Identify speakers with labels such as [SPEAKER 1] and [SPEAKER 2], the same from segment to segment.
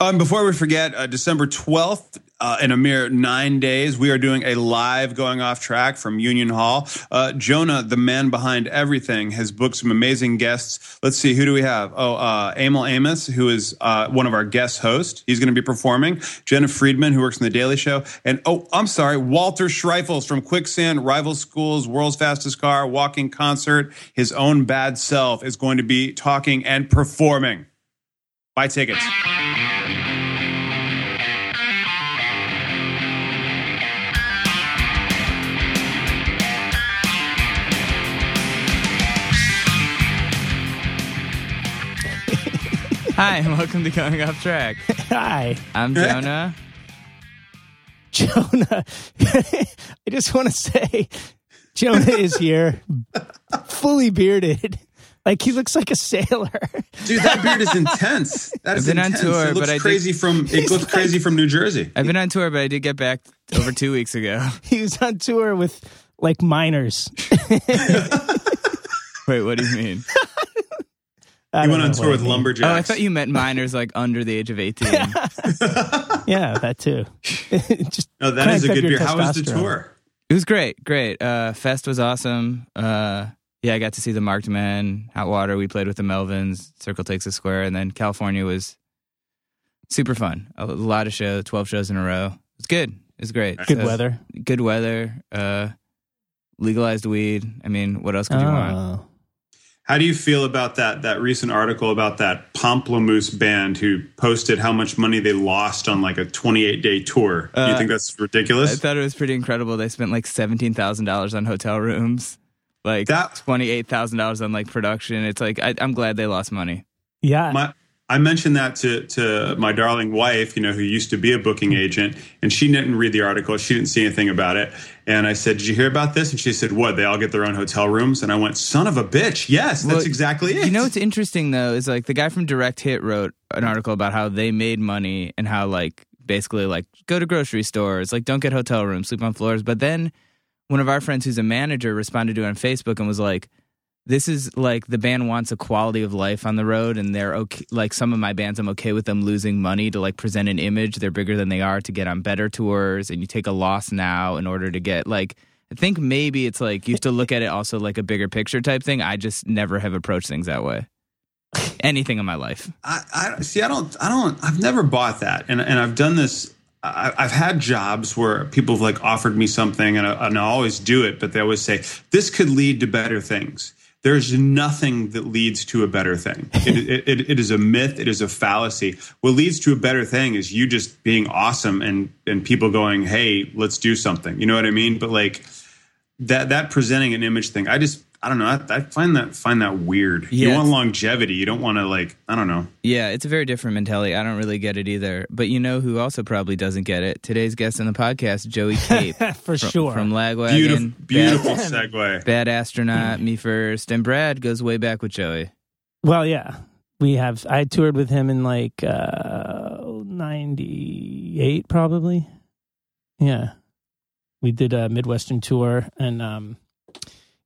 [SPEAKER 1] Um, before we forget, uh, December 12th, uh, in a mere nine days, we are doing a live going off track from Union Hall. Uh, Jonah, the man behind everything, has booked some amazing guests. Let's see, who do we have? Oh, uh, Emil Amos, who is uh, one of our guest hosts. He's going to be performing. Jenna Friedman, who works in The Daily Show. And oh, I'm sorry, Walter Schreifels from Quicksand, Rival Schools, World's Fastest Car, Walking Concert. His own bad self is going to be talking and performing. Buy tickets.
[SPEAKER 2] Hi, and welcome to Going Off Track.
[SPEAKER 3] Hi,
[SPEAKER 2] I'm Jonah.
[SPEAKER 3] Jonah. I just want to say Jonah is here, fully bearded. Like he looks like a sailor.
[SPEAKER 1] Dude, that beard is intense. That is
[SPEAKER 2] been on
[SPEAKER 1] intense.
[SPEAKER 2] tour,
[SPEAKER 1] it looks
[SPEAKER 2] but I did-
[SPEAKER 1] crazy from it looks crazy from New Jersey.
[SPEAKER 2] I've been on tour, but I did get back over two weeks ago.
[SPEAKER 3] He was on tour with like miners.
[SPEAKER 2] Wait, what do you mean?
[SPEAKER 3] I
[SPEAKER 1] He
[SPEAKER 3] don't
[SPEAKER 1] went on
[SPEAKER 3] know
[SPEAKER 1] tour
[SPEAKER 3] what
[SPEAKER 1] with
[SPEAKER 3] I mean.
[SPEAKER 1] Lumberjacks.
[SPEAKER 2] Oh, I thought you meant minors like under the age of 18. it
[SPEAKER 3] Yeah, that too. just
[SPEAKER 1] No, that
[SPEAKER 3] crank
[SPEAKER 1] is a
[SPEAKER 3] up
[SPEAKER 1] good beer.
[SPEAKER 3] your
[SPEAKER 1] How was the
[SPEAKER 3] testosterone.
[SPEAKER 1] tour?
[SPEAKER 2] was great, great. Uh, Fest was awesome. Uh, yeah, I got to see the Marked Men, Hot Water. We played with the Melvins, Circle Takes a Square, and then California was super fun. A lot of shows, 12 shows in a row. It was good. It was great.
[SPEAKER 3] Good
[SPEAKER 2] So-
[SPEAKER 3] weather.
[SPEAKER 2] Good weather. Uh, legalized weed. I mean, what else could you want?
[SPEAKER 3] Oh.
[SPEAKER 1] How do you feel about that that recent article about that Pomplamoose band who posted how much money they lost on like a 28 day tour? do you
[SPEAKER 2] Uh,
[SPEAKER 1] think that's
[SPEAKER 2] I
[SPEAKER 1] ridiculous?
[SPEAKER 2] thought it was pretty incredible. They spent like seventeen thousand dollars on hotel rooms, like
[SPEAKER 1] That-
[SPEAKER 2] twenty eight thousand dollars on like production. It's like I, I'm glad they lost money.
[SPEAKER 3] Yeah.
[SPEAKER 1] my, I mentioned that to, to my darling wife, you know, who used to be a booking agent, and she didn't read the article. She didn't see anything about it. And I said, Did you hear about this? And she said, What? They all get their own hotel rooms? And I went, Son of a bitch. Yes, that's
[SPEAKER 2] Well,
[SPEAKER 1] exactly it.
[SPEAKER 2] You know what's interesting though is like the guy from Direct Hit wrote an article about how they made money and how like basically like go to grocery stores, like don't get hotel rooms, sleep on floors. But then one of our friends who's a manager responded to it on Facebook and was like, "This is like the band wants a quality of life on the road, and they're okay. Like some of my bands, I'm okay with them losing money to like present an image. They're bigger than they are to get on better tours, and you take a loss now in order to get like." I think maybe it's like you have to look at it also like a bigger picture type thing. I just never have approached things that way. Anything in my life.
[SPEAKER 1] I, I see. I don't. I don't. I've never bought that, and and I've done this. I, I've had jobs where people have like offered me something, and I, and I always do it, but they always say this could lead to better things. There's nothing that leads to a better thing. It, it, it, it is a myth. It is a fallacy. What leads to a better thing is you just being awesome and and people going, "Hey, let's do something." You know what I mean? But like that that presenting an image thing, I just I don't know. I, I find that find that weird.
[SPEAKER 2] Yeah,
[SPEAKER 1] you want
[SPEAKER 2] it's-
[SPEAKER 1] longevity. You don't want to like I don't know.
[SPEAKER 2] Yeah, it's a very different mentality. I don't really get it either. But you know who also probably doesn't get it? Today's guest on the podcast, Joey Cape.
[SPEAKER 3] for sure.
[SPEAKER 2] From Lagwagon.
[SPEAKER 1] Beautiful,
[SPEAKER 2] Bad-
[SPEAKER 1] beautiful segue.
[SPEAKER 2] Bad, astronaut, me first. And Brad goes way back with Joey.
[SPEAKER 3] well, yeah. We have I toured with him in like uh 98 probably. Yeah. We did a Midwestern tour and um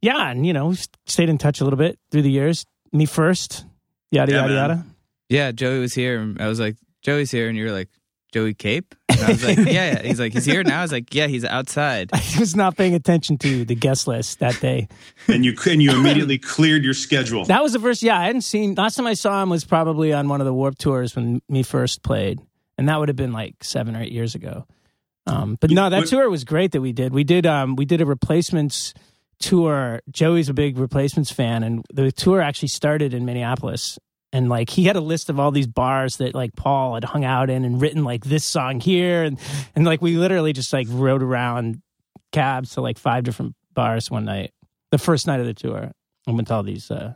[SPEAKER 3] yeah, and you know, we've stayed in touch a little bit through the years. Me first. Yada
[SPEAKER 1] Yeah,
[SPEAKER 3] yada
[SPEAKER 1] man.
[SPEAKER 3] yada.
[SPEAKER 2] Yeah, Joey was here. and I was like, Joey's here. And you were like, Joey Cape? And I was like, yeah, yeah. He's like, he's here now. I was like, yeah, he's outside.
[SPEAKER 3] I was not paying attention to the guest list that day.
[SPEAKER 1] And you and you immediately cleared your schedule.
[SPEAKER 3] That was the first. Yeah, I hadn't seen. Last time I saw him was probably on one of the Warp tours when me first played, and that would have been like seven or eight years ago. Um, but no, that
[SPEAKER 1] What-
[SPEAKER 3] tour was great that we did. We did. Um, we did a replacements tour. Joey's a big replacements fan, and the tour actually started in Minneapolis. And like he had a list of all these bars that like Paul had hung out in and written like this song here, and and like we literally just like rode around cabs to like five different bars one night, the first night of the tour. I went to all these uh,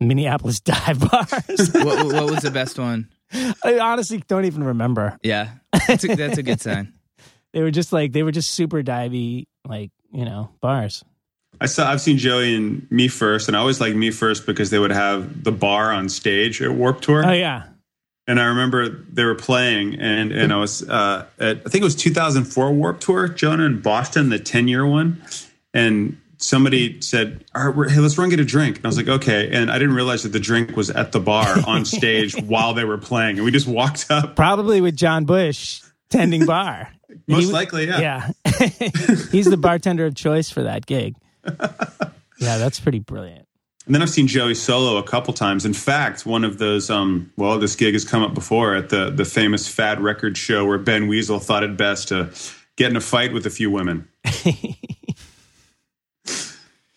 [SPEAKER 3] Minneapolis dive bars.
[SPEAKER 2] what, what was the best one?
[SPEAKER 3] I honestly don't even remember.
[SPEAKER 2] Yeah, that's a, that's a good sign.
[SPEAKER 3] They were just like they were just super divey, like you know, bars.
[SPEAKER 1] I saw. I've seen Joey and me first, and I always liked me first because they would have the bar on stage at Warp Tour.
[SPEAKER 3] Oh yeah,
[SPEAKER 1] And I remember they were playing, and and I was uh, at I think it was 2004 Warp Tour. Jonah in Boston, the 10 year one, and somebody said, "All right, we're- hey, let's run get a drink," and I was like, "Okay," and I didn't realize that the drink was at the bar on stage while they were playing, and we just walked up.
[SPEAKER 3] Probably with John Bush tending bar.
[SPEAKER 1] Most
[SPEAKER 3] He-
[SPEAKER 1] likely, yeah.
[SPEAKER 3] Yeah. He's the bartender of choice for that gig. Yeah, that's pretty brilliant.
[SPEAKER 1] And then I've seen Joey solo a couple times. In fact, one of those, um, well, this gig has come up before at the the famous Fad Record show where Ben Weasel thought it best to get in a fight with a few women.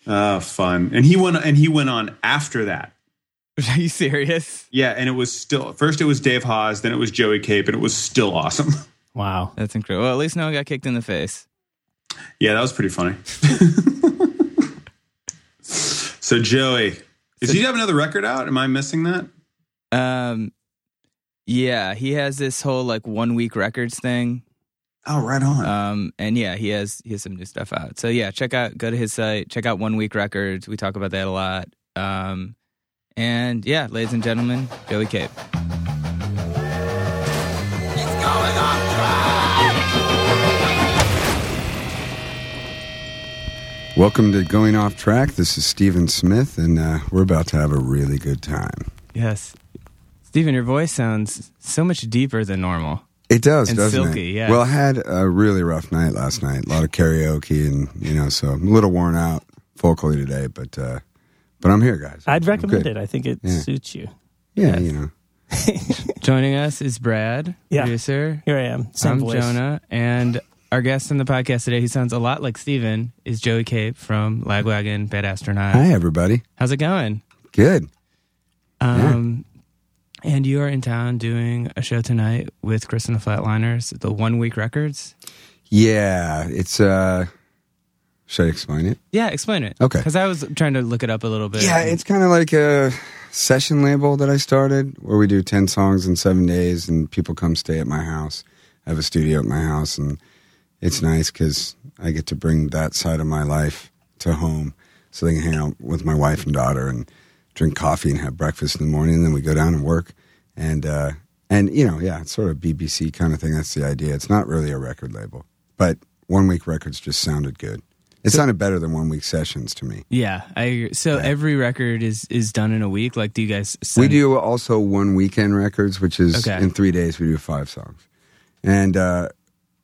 [SPEAKER 1] Ah, fun. And he went and he went on after that.
[SPEAKER 2] Are you serious?
[SPEAKER 1] Yeah, and it was still first it was Dave Hawes, then it was Joey Cape, and it was still awesome.
[SPEAKER 3] Wow.
[SPEAKER 2] That's incredible. Well, at least no one got kicked in the face.
[SPEAKER 1] Yeah, that was pretty funny. so Joey, does he have another record out? Am I missing that?
[SPEAKER 2] Um, yeah, he has this whole like one week records thing.
[SPEAKER 1] Oh, right on.
[SPEAKER 2] Um, and yeah, he has he has some new stuff out. So yeah, check out go to his site, check out One Week Records. We talk about that a lot. Um, and yeah, ladies and gentlemen, Joey Cape.
[SPEAKER 4] Welcome to Going Off Track. This is Stephen Smith, and uh, we're about to have a really good time.
[SPEAKER 2] Yes, Stephen, your voice sounds so much deeper than normal.
[SPEAKER 4] It does,
[SPEAKER 2] And
[SPEAKER 4] doesn't
[SPEAKER 2] silky,
[SPEAKER 4] it?
[SPEAKER 2] yeah.
[SPEAKER 4] Well, I had a really rough night last night. A lot of karaoke, and you know, so I'm a little worn out vocally today. But uh, but I'm here,
[SPEAKER 2] Uh,
[SPEAKER 4] guys.
[SPEAKER 3] I'd
[SPEAKER 4] I'm
[SPEAKER 3] recommend it.
[SPEAKER 4] good.
[SPEAKER 3] I think it
[SPEAKER 4] Yeah.
[SPEAKER 3] suits you.
[SPEAKER 4] Yeah, you know.
[SPEAKER 2] Joining us is Brad,
[SPEAKER 3] Yeah.
[SPEAKER 2] producer.
[SPEAKER 3] Here I am. Same
[SPEAKER 2] I'm
[SPEAKER 3] voice.
[SPEAKER 2] Jonah, and our guest on the podcast today, who sounds a lot like Steven, is Joey Cape from Lagwagon Bad Astronaut.
[SPEAKER 4] Hi, everybody.
[SPEAKER 2] How's it going?
[SPEAKER 4] Good.
[SPEAKER 2] Um, And you are in town doing a show tonight with Chris and the Flatliners, the One Week Records.
[SPEAKER 4] Yeah, it's. uh Should I explain it?
[SPEAKER 2] Yeah, explain it.
[SPEAKER 4] Okay.
[SPEAKER 2] Because I was trying to look it up a little bit.
[SPEAKER 4] Yeah,
[SPEAKER 2] And-
[SPEAKER 4] it's kind of like a session label that I started where we do 10 songs in seven days and people come stay at my house. I have a studio at my house and it's nice because I get to bring that side of my life to home so they can hang out with my wife and daughter and drink coffee and have breakfast in the morning. And then we go down and work. And, uh, and you know, yeah, it's sort of BBC kind of thing. That's the idea. It's not really a record label, but One Week Records just sounded good. It sounded better than One Week Sessions to me.
[SPEAKER 2] yeah, I agree. So every record is is done in a week. Like, do you guys? Send,
[SPEAKER 4] We do also one weekend records, which is
[SPEAKER 2] Okay.
[SPEAKER 4] in three days we do five songs, and uh,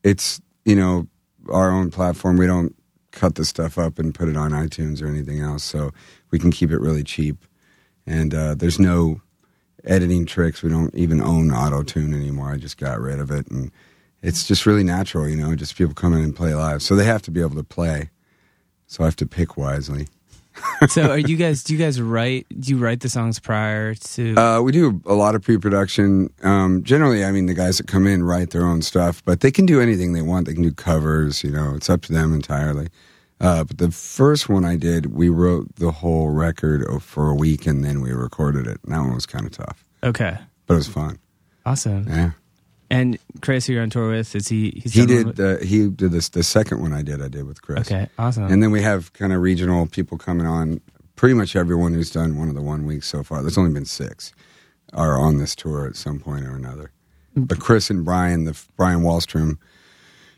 [SPEAKER 4] it's you know our own platform. We don't cut the stuff up and put it on iTunes or anything else, so we can keep it really cheap. And uh, there's no editing tricks. We don't even own auto tune anymore. I just got rid of it, and it's just really natural, you know. Just people come in and play live, so they have to be able to play. So I have to pick wisely.
[SPEAKER 2] so, are you guys? Do you guys write? Do you write the songs prior to?
[SPEAKER 4] Uh, we do a lot of pre-production. Um, generally, I mean, the guys that come in write their own stuff, but they can do anything they want. They can do covers, you know. It's up to them entirely. Uh, but the first one I did, we wrote the whole record o- for a week, and then we recorded it. And that one was kind of tough,
[SPEAKER 2] okay,
[SPEAKER 4] but it was fun.
[SPEAKER 2] awesome.
[SPEAKER 4] Yeah,
[SPEAKER 2] And Chris, who you're on tour with, is he? He's
[SPEAKER 4] he
[SPEAKER 2] done one
[SPEAKER 4] did.
[SPEAKER 2] with-
[SPEAKER 4] Uh, he did this. The second one I did, I did with Chris.
[SPEAKER 2] okay, awesome.
[SPEAKER 4] And then we have kind of regional people coming on. Pretty much everyone who's done one of the one weeks so far. There's only been six are on this tour at some point or another.
[SPEAKER 2] Mm.
[SPEAKER 4] But Chris and Brian, the Brian Wallstrom,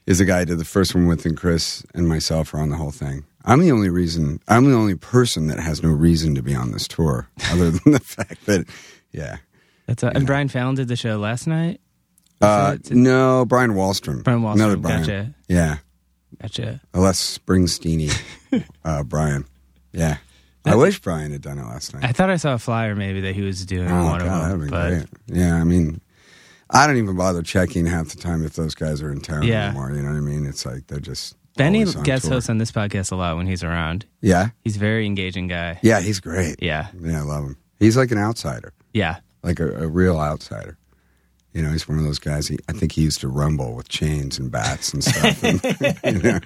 [SPEAKER 4] is the guy I did the first one with, and Chris and myself are on the whole thing. I'm the only reason. I'm the only person that has no reason to be on this tour, other than the fact that, yeah.
[SPEAKER 2] That's uh, and Brian Fallon did the show last night.
[SPEAKER 4] Uh,
[SPEAKER 2] it-
[SPEAKER 4] no, Brian Wallstrom.
[SPEAKER 2] Brian Wallstrom,
[SPEAKER 4] Another Brian.
[SPEAKER 2] gotcha.
[SPEAKER 4] Yeah.
[SPEAKER 2] Gotcha.
[SPEAKER 4] a less Springsteeny uh, Brian. Yeah. I wish Brian had done it last night.
[SPEAKER 2] I thought I saw a flyer maybe that he was doing
[SPEAKER 4] Oh,
[SPEAKER 2] one
[SPEAKER 4] God,
[SPEAKER 2] of
[SPEAKER 4] that'd
[SPEAKER 2] them.
[SPEAKER 4] be
[SPEAKER 2] but
[SPEAKER 4] great. Yeah, I mean, I don't even bother checking half the time if those guys are in town
[SPEAKER 2] Yeah.
[SPEAKER 4] anymore. You know what I mean? It's like they're just
[SPEAKER 2] Benny
[SPEAKER 4] always on
[SPEAKER 2] guest
[SPEAKER 4] tour.
[SPEAKER 2] hosts on this podcast a lot when he's around.
[SPEAKER 4] Yeah,
[SPEAKER 2] He's a very engaging guy.
[SPEAKER 4] yeah, he's great.
[SPEAKER 2] Yeah.
[SPEAKER 4] yeah, I love him. He's like an outsider,
[SPEAKER 2] Yeah.
[SPEAKER 4] like a, a real outsider. You know, he's one of those guys. He, I think he used to rumble with chains and bats and stuff. and, you know,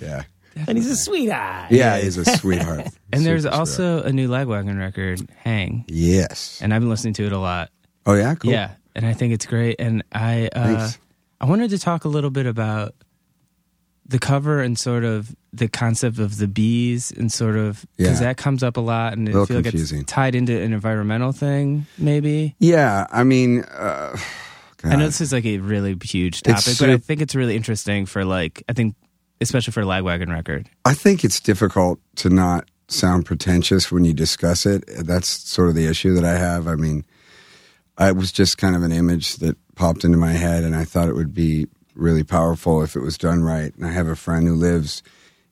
[SPEAKER 4] yeah.
[SPEAKER 3] And he's a sweetheart.
[SPEAKER 4] yeah, he's a sweetheart.
[SPEAKER 2] And there's
[SPEAKER 4] Super sweetheart.
[SPEAKER 2] also a new Lagwagon record, Hang,
[SPEAKER 4] yes.
[SPEAKER 2] and I've been listening to it a lot.
[SPEAKER 4] Oh yeah, cool.
[SPEAKER 2] Yeah, and I think it's great. And I uh,
[SPEAKER 4] Thanks.
[SPEAKER 2] I wanted to talk a little bit about the cover and sort of the concept of the bees and sort of because
[SPEAKER 4] Yeah.
[SPEAKER 2] that comes up a lot and I
[SPEAKER 4] Little
[SPEAKER 2] feel like
[SPEAKER 4] confusing.
[SPEAKER 2] it's tied into an environmental thing maybe.
[SPEAKER 4] Yeah, I mean, uh,
[SPEAKER 2] I
[SPEAKER 4] God.
[SPEAKER 2] know this is like a really huge topic, but I
[SPEAKER 4] sup-
[SPEAKER 2] think it's really interesting for like I think especially for a Lagwagon record.
[SPEAKER 4] I think it's difficult to not sound pretentious when you discuss it. That's sort of the issue that I have. I mean, I it was just kind of an image that popped into my head, and I thought it would be really powerful if it was done right. And I have a friend who lives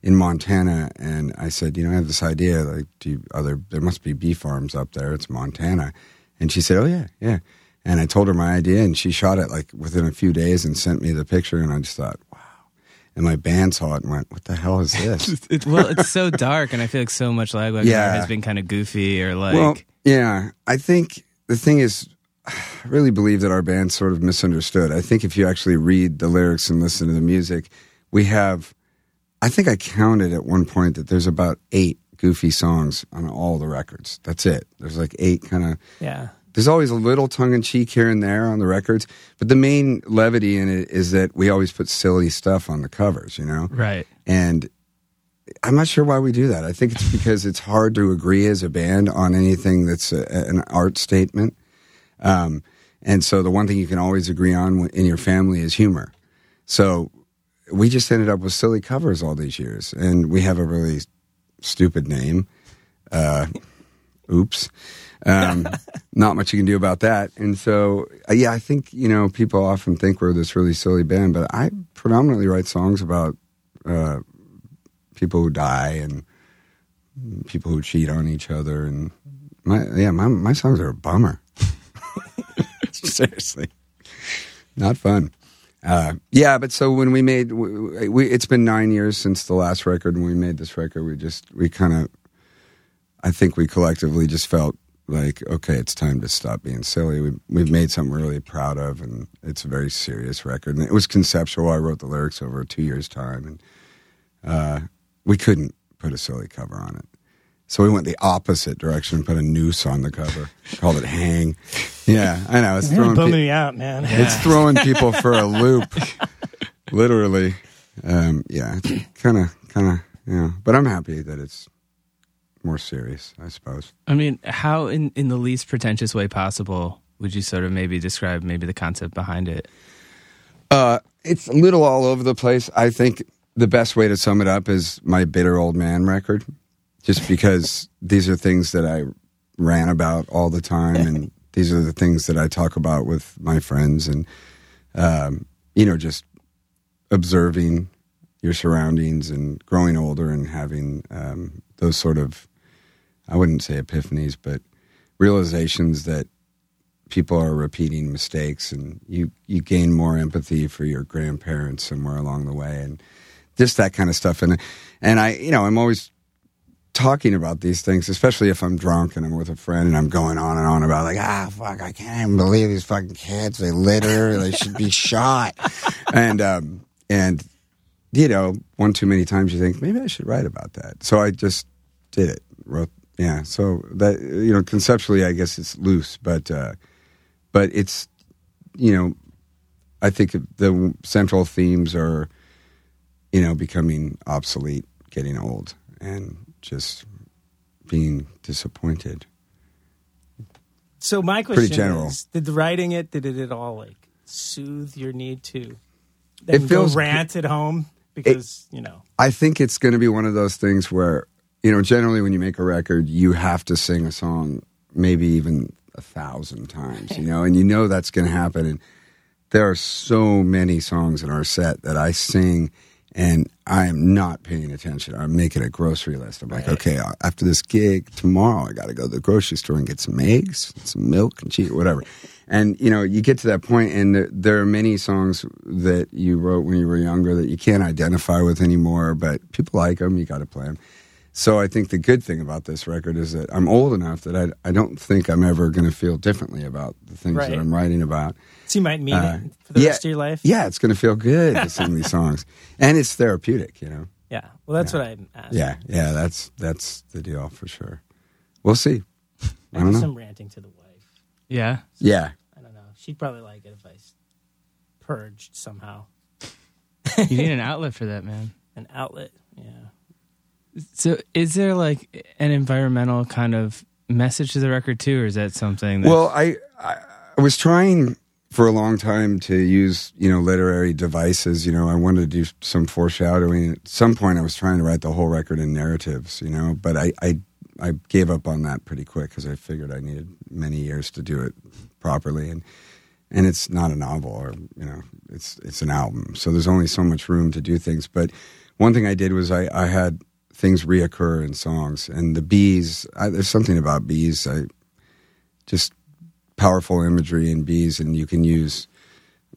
[SPEAKER 4] in Montana, and I said, you know, I have this idea. Like, do you, other there must be bee farms up there? It's Montana, and she said, oh yeah, yeah. And I told her my idea, and she shot it like within a few days and sent me the picture, and I just thought, wow. And my band saw it and went, what the hell is this?
[SPEAKER 2] It, well, it's so dark, and I feel like so much Lagwagon
[SPEAKER 4] Yeah.
[SPEAKER 2] art has been kind of goofy or like
[SPEAKER 4] Well, yeah, I think the thing is, I really believe that our band's sort of misunderstood. I think if you actually read the lyrics and listen to the music, we have, I think I counted at one point that there's about eight goofy songs on all the records. That's it. There's like eight kind of
[SPEAKER 3] Yeah.
[SPEAKER 4] there's always a little tongue in cheek here and there on the records, but the main levity in it is that we always put silly stuff on the covers, you know?
[SPEAKER 2] right.
[SPEAKER 4] And I'm not sure why we do that. I think it's because it's hard to agree as a band on anything that's a, an art statement. Um, and so the one thing you can always agree on in your family is humor. So we just ended up with silly covers all these years, and we have a really stupid name. Uh, oops. Um, not much you can do about that. And so, uh, yeah, I think, you know, people often think we're this really silly band, but I predominantly write songs about uh, people who die and people who cheat on each other. And my, yeah, my, my songs are a bummer. Seriously. Not fun. Uh, yeah, but so when we made, we, we, it's been nine years since the last record, and we made this record. We just, we kind of, I think we collectively just felt like, okay, it's time to stop being silly. We, we've made something we're really proud of, and it's a very serious record. And it was conceptual. I wrote the lyrics over two years' time, and uh, we couldn't put a silly cover on it. So we went the opposite direction and put a noose on the cover, called it Hang. Yeah, I know. It's
[SPEAKER 3] You're
[SPEAKER 4] throwing
[SPEAKER 3] bumming
[SPEAKER 4] pe-
[SPEAKER 3] me out, man.
[SPEAKER 4] it's throwing people for a loop, literally. Um, yeah, kind of, kind of, yeah. But I'm happy that it's more serious, I suppose.
[SPEAKER 2] I mean, how in in the least pretentious way possible would you sort of maybe describe maybe the concept behind it?
[SPEAKER 4] Uh, it's a little all over the place. I think the best way to sum it up is my bitter old man record, just because these are things that I ran about all the time, and these are the things that I talk about with my friends, and um, you know, just observing your surroundings and growing older and having um, those sort of, I wouldn't say epiphanies, but realizations that people are repeating mistakes and you, you gain more empathy for your grandparents somewhere along the way and just that kind of stuff. And, and I, you know, I'm always talking about these things, especially if I'm drunk and I'm with a friend and I'm going on and on about like, ah, fuck, I can't even believe these fucking kids. They litter. They should be shot. And, um, and you know, one too many times you think maybe I should write about that. So I just did it. Wrote, yeah. So that you know, conceptually, I guess it's loose, but uh, but it's you know, I think the central themes are you know becoming obsolete, getting old, and just being disappointed.
[SPEAKER 3] So my question
[SPEAKER 4] Pretty general.
[SPEAKER 3] is: Did the writing it? Did it at all like soothe your need to?
[SPEAKER 4] It
[SPEAKER 3] Then
[SPEAKER 4] feels-
[SPEAKER 3] go rant at home because you know.
[SPEAKER 4] I think it's going to be one of those things where, you know, generally when you make a record, you have to sing a song maybe even a thousand times, you know, and you know that's going to happen. And there are so many songs in our set that I sing and I am not paying attention. I'm making a grocery list. I'm like, okay, I- after this gig tomorrow, I got to go to the grocery store and get some eggs, some milk, and cheese, whatever. And you know, you get to that point, and there, there are many songs that you wrote when you were younger that you can't identify with anymore, but people like them. You got to play them. So I think the good thing about this record is that I'm old enough that I, I don't think I'm ever going to feel differently about the things
[SPEAKER 3] Right.
[SPEAKER 4] that I'm writing about.
[SPEAKER 3] So you might mean
[SPEAKER 4] Uh,
[SPEAKER 3] it for the
[SPEAKER 4] yeah.
[SPEAKER 3] rest of your life.
[SPEAKER 4] Yeah, it's going to feel good to sing these songs, and it's therapeutic, you know.
[SPEAKER 3] Yeah. Well, that's what I'm asking.
[SPEAKER 4] Yeah, yeah, that's that's the deal for sure. We'll see. I
[SPEAKER 3] Maybe
[SPEAKER 4] don't know.
[SPEAKER 3] some ranting to the wife.
[SPEAKER 2] Yeah.
[SPEAKER 4] Yeah,
[SPEAKER 3] I don't know. She'd probably like it if I s- purged somehow.
[SPEAKER 2] You need an outlet for that, man.
[SPEAKER 3] An outlet. Yeah.
[SPEAKER 2] So is there like an environmental kind of message to the record too, or is that something that
[SPEAKER 4] Well, I, I I was trying for a long time to use you know literary devices. You know, I wanted to do some foreshadowing. At some point, I was trying to write the whole record in narratives. You know, but I I, I gave up on that pretty quick because I figured I needed many years to do it properly and. And it's not a novel, or you know, it's it's an album. So there's only so much room to do things. But one thing I did was I, I had things reoccur in songs, and the bees. I, there's something about bees. I just powerful imagery in bees, and you can use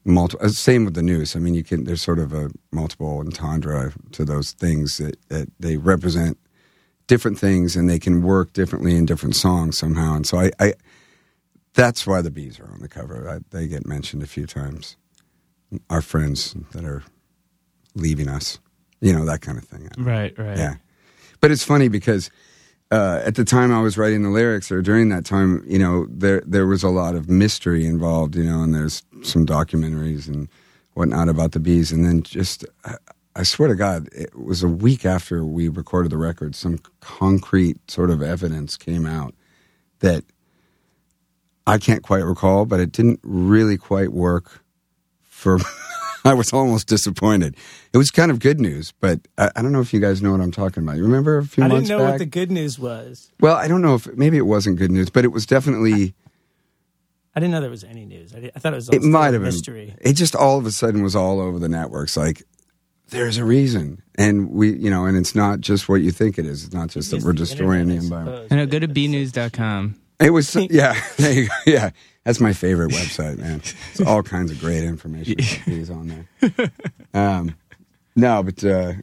[SPEAKER 4] multiple. Same with the noose. I mean, you can. There's sort of a multiple entendre to those things that, that they represent different things, and they can work differently in different songs somehow. And so I, I that's why the bees are on the cover. I, they get mentioned a few times. Our friends that are leaving us, you know, that kind of thing.
[SPEAKER 2] Right, right.
[SPEAKER 4] Yeah. But it's funny because uh, at the time I was writing the lyrics, or during that time, you know, there there was a lot of mystery involved, you know, and there's some documentaries and whatnot about the bees, and then just uh, I, I swear to God, it was a week after we recorded the record, some concrete sort of evidence came out that I can't quite recall, but it didn't really quite work for. I was almost disappointed. It was kind of good news, but I, I don't know if you guys know what I'm talking about. You remember a few
[SPEAKER 3] I didn't
[SPEAKER 4] months
[SPEAKER 3] know
[SPEAKER 4] back?
[SPEAKER 3] what the good news was.
[SPEAKER 4] Well, I don't know if maybe it wasn't good news, but it was definitely.
[SPEAKER 3] I didn't know there was any news. I, di- I thought it was. all
[SPEAKER 4] It
[SPEAKER 3] still
[SPEAKER 4] might
[SPEAKER 3] a
[SPEAKER 4] have been.
[SPEAKER 3] mystery.
[SPEAKER 4] It just all of a sudden was all over the networks. Like, there's a reason, and we, you know, and it's not just what you think it is. It's not just that
[SPEAKER 3] Just
[SPEAKER 4] we're
[SPEAKER 3] the
[SPEAKER 4] destroying the
[SPEAKER 3] internet, I
[SPEAKER 4] environment.
[SPEAKER 3] suppose,
[SPEAKER 2] I know. Go to
[SPEAKER 3] but-
[SPEAKER 2] bnews.com.
[SPEAKER 4] It was, so- yeah, there you go. yeah. That's my favorite website, man. It's all kinds of great information is on there. Um, no, but uh,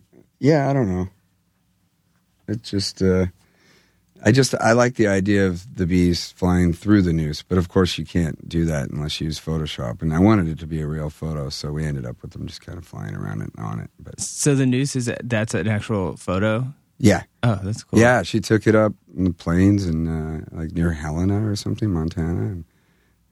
[SPEAKER 4] yeah, I don't know. It just, uh, I just, I like the idea of the bees flying through the noose, but of course you can't do that unless you use Photoshop. And I wanted it to be a real photo, so we ended up with them just kind of flying around it on it. But
[SPEAKER 2] So the noose is that's an actual photo.
[SPEAKER 4] yeah,
[SPEAKER 2] Oh, that's cool.
[SPEAKER 4] yeah, she took it up in the plains and uh, like near Helena or something, Montana. And,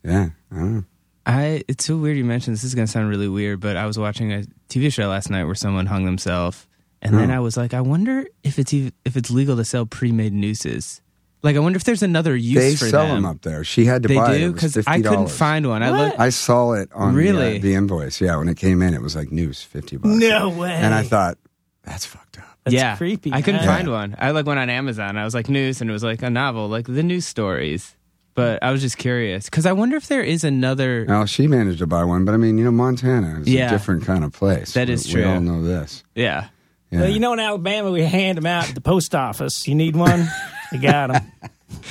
[SPEAKER 4] yeah, I don't know.
[SPEAKER 2] I it's so weird you mentioned this. This is gonna sound really weird, but I was watching a TV show last night where someone hung themselves, and then
[SPEAKER 4] Oh.
[SPEAKER 2] I was like, I wonder if it's ev- if it's legal to sell pre-made nooses. Like, I wonder if there's another use
[SPEAKER 4] they
[SPEAKER 2] for
[SPEAKER 4] sell
[SPEAKER 2] them.
[SPEAKER 4] them up there. She had to
[SPEAKER 2] They
[SPEAKER 4] buy it.
[SPEAKER 2] do
[SPEAKER 4] It was $50.
[SPEAKER 2] I couldn't find one. I
[SPEAKER 3] What?
[SPEAKER 2] looked.
[SPEAKER 4] I saw it on the, uh,
[SPEAKER 2] Really?
[SPEAKER 4] the, invoice. Yeah, when it came in, it was like news fifty bucks.
[SPEAKER 3] No way.
[SPEAKER 4] And I thought that's fucked up.
[SPEAKER 3] That's
[SPEAKER 2] yeah,
[SPEAKER 3] creepy.
[SPEAKER 2] I couldn't
[SPEAKER 3] huh?
[SPEAKER 2] find one. I like went on Amazon. I was like news, and it was like a novel, like the news stories. But I was just curious because I wonder if there is another.
[SPEAKER 4] Well, she managed to buy one, but I mean, you know, Montana is
[SPEAKER 2] Yeah.
[SPEAKER 4] a different kind of place.
[SPEAKER 2] That
[SPEAKER 4] That is
[SPEAKER 2] is
[SPEAKER 4] We
[SPEAKER 2] true.
[SPEAKER 4] all know this.
[SPEAKER 2] Yeah,
[SPEAKER 4] Yeah.
[SPEAKER 3] Well, you know, in Alabama, we hand them out at the post office. You need one? we got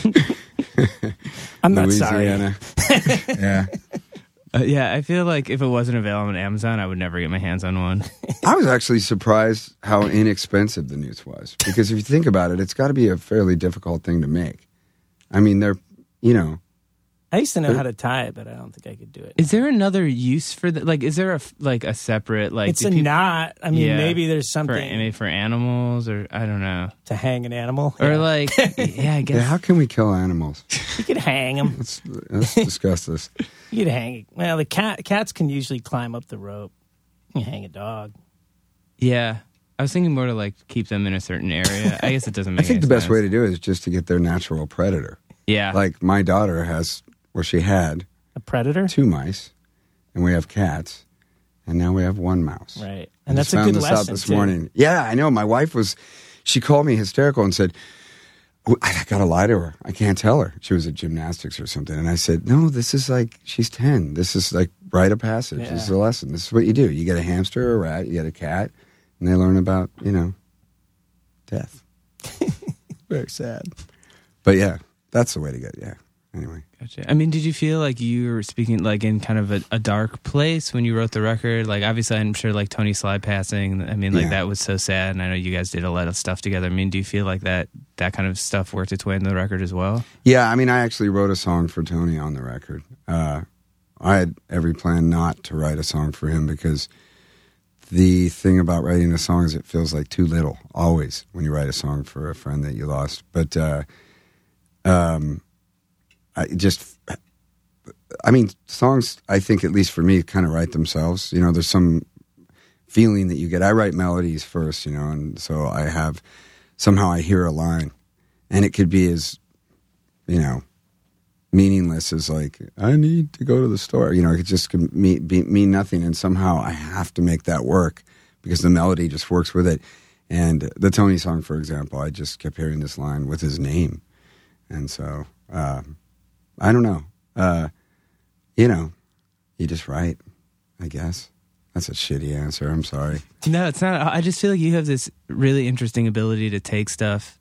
[SPEAKER 3] them. I'm not sorry.
[SPEAKER 4] Louisiana. yeah.
[SPEAKER 2] Uh, yeah. I feel like if it wasn't available on Amazon, I would never get my hands on one.
[SPEAKER 4] I was actually surprised how inexpensive the news was because if you think about it, it's got to be a fairly difficult thing to make. I mean, they're, you know,
[SPEAKER 3] I used to know how to tie it, but I don't think I could do it.
[SPEAKER 2] Is there another use for that? Like, is there a f- like a separate like
[SPEAKER 3] it's
[SPEAKER 2] do
[SPEAKER 3] a
[SPEAKER 2] peop-
[SPEAKER 3] knot. I mean,
[SPEAKER 2] Yeah.
[SPEAKER 3] maybe there's
[SPEAKER 2] for
[SPEAKER 3] something
[SPEAKER 2] maybe for animals or I don't know
[SPEAKER 3] to hang an animal.
[SPEAKER 2] or
[SPEAKER 3] Yeah.
[SPEAKER 2] like yeah I guess
[SPEAKER 4] yeah, how can we kill animals?
[SPEAKER 3] you could hang them.
[SPEAKER 4] Let's, let's discuss this.
[SPEAKER 3] You could hang. Well, the cat cats can usually climb up the rope. You hang a dog.
[SPEAKER 2] yeah. I was thinking more to like keep them in a certain area. I guess it doesn't
[SPEAKER 4] I
[SPEAKER 2] make.
[SPEAKER 4] think
[SPEAKER 2] any
[SPEAKER 4] the best
[SPEAKER 2] sense.
[SPEAKER 4] way to do it is just to get their natural predator.
[SPEAKER 2] yeah
[SPEAKER 4] Like my daughter has, or she had,
[SPEAKER 3] A predator.
[SPEAKER 4] two mice, and we have cats, and now we have one mouse.
[SPEAKER 3] Right.
[SPEAKER 4] I
[SPEAKER 3] And that's
[SPEAKER 4] just
[SPEAKER 3] a
[SPEAKER 4] found
[SPEAKER 3] good
[SPEAKER 4] this
[SPEAKER 3] lesson.
[SPEAKER 4] out this
[SPEAKER 3] too.
[SPEAKER 4] morning. Yeah, I know. My wife was, she called me hysterical and said, "Oh, I gotta lie to her. I can't tell her. She was at gymnastics or something. And I said, No, this is like, she's 10. This is like rite of passage. This is
[SPEAKER 3] Yeah.
[SPEAKER 4] a lesson. This is what you do. You get a hamster or a rat, you get a cat, and they learn about, you know, death.
[SPEAKER 3] Very sad.
[SPEAKER 4] But yeah, that's the way to get, yeah. Anyway.
[SPEAKER 2] Gotcha. I mean, did you feel like you were speaking like in kind of a, a dark place when you wrote the record? Like, obviously, I'm sure like Tony Sly passing. I mean, like
[SPEAKER 4] Yeah.
[SPEAKER 2] that was so sad, and I know you guys did a lot of stuff together. I mean, do you feel like that that kind of stuff worked its way into the record as well?
[SPEAKER 4] Yeah, I mean, I actually wrote a song for Tony on the record. Uh, I had every plan not to write a song for him because the thing about writing a song is it feels like too little always when you write a song for a friend that you lost. But uh, um, I just, I mean, songs. I think at least for me, kind of write themselves. You know, there's some feeling that you get. I write melodies first, you know, and so I have somehow I hear a line, and it could be as you know, meaningless as like I need to go to the store. You know, it just could mean, be, mean nothing, and somehow I have to make that work because the melody just works with it. And the Tony song, for example, I just kept hearing this line with his name, and so um I don't know. Uh, you know, you just write, I guess. That's a shitty answer. I'm sorry.
[SPEAKER 2] No, it's not. I just feel like you have this really interesting ability to take stuff,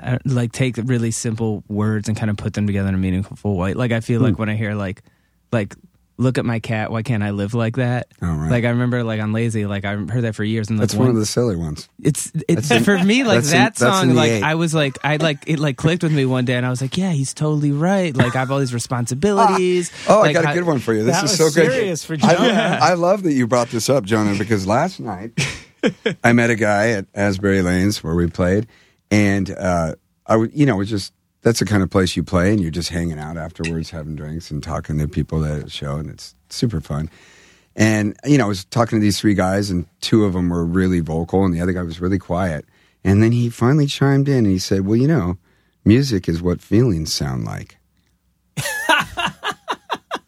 [SPEAKER 2] uh, like take really simple words and kind of put them together in a meaningful way. Like I feel
[SPEAKER 4] Hmm.
[SPEAKER 2] like when I hear like, like look at my cat, why can't I live like that?
[SPEAKER 4] Oh, right.
[SPEAKER 2] Like I remember like on Lazy, like I heard that for years, and like
[SPEAKER 4] That's one of the silly ones.
[SPEAKER 2] it's it's
[SPEAKER 4] That's in-
[SPEAKER 2] for me like
[SPEAKER 4] that's in-
[SPEAKER 2] that
[SPEAKER 4] that's in
[SPEAKER 2] song
[SPEAKER 4] the
[SPEAKER 2] like
[SPEAKER 4] eight.
[SPEAKER 2] I was like I like it like clicked with me one day and I was like yeah he's totally right like I have all these responsibilities
[SPEAKER 4] Oh,
[SPEAKER 2] like,
[SPEAKER 4] I got
[SPEAKER 2] how-
[SPEAKER 4] a good one for you. This
[SPEAKER 3] That
[SPEAKER 4] is
[SPEAKER 3] was
[SPEAKER 4] so good.
[SPEAKER 3] serious for
[SPEAKER 4] I,
[SPEAKER 3] Jonah.
[SPEAKER 4] I love that you brought this up, Jonah, because last night I met a guy at Asbury Lanes where we played, and uh, I would, you know, it was just that's the kind of place you play, and you're just hanging out afterwards, having drinks and talking to people at a show, and it's super fun. And you know, I was talking to these three guys, and two of them were really vocal, and the other guy was really quiet. And then he finally chimed in, and he said, "Well, you know, music is what feelings sound like."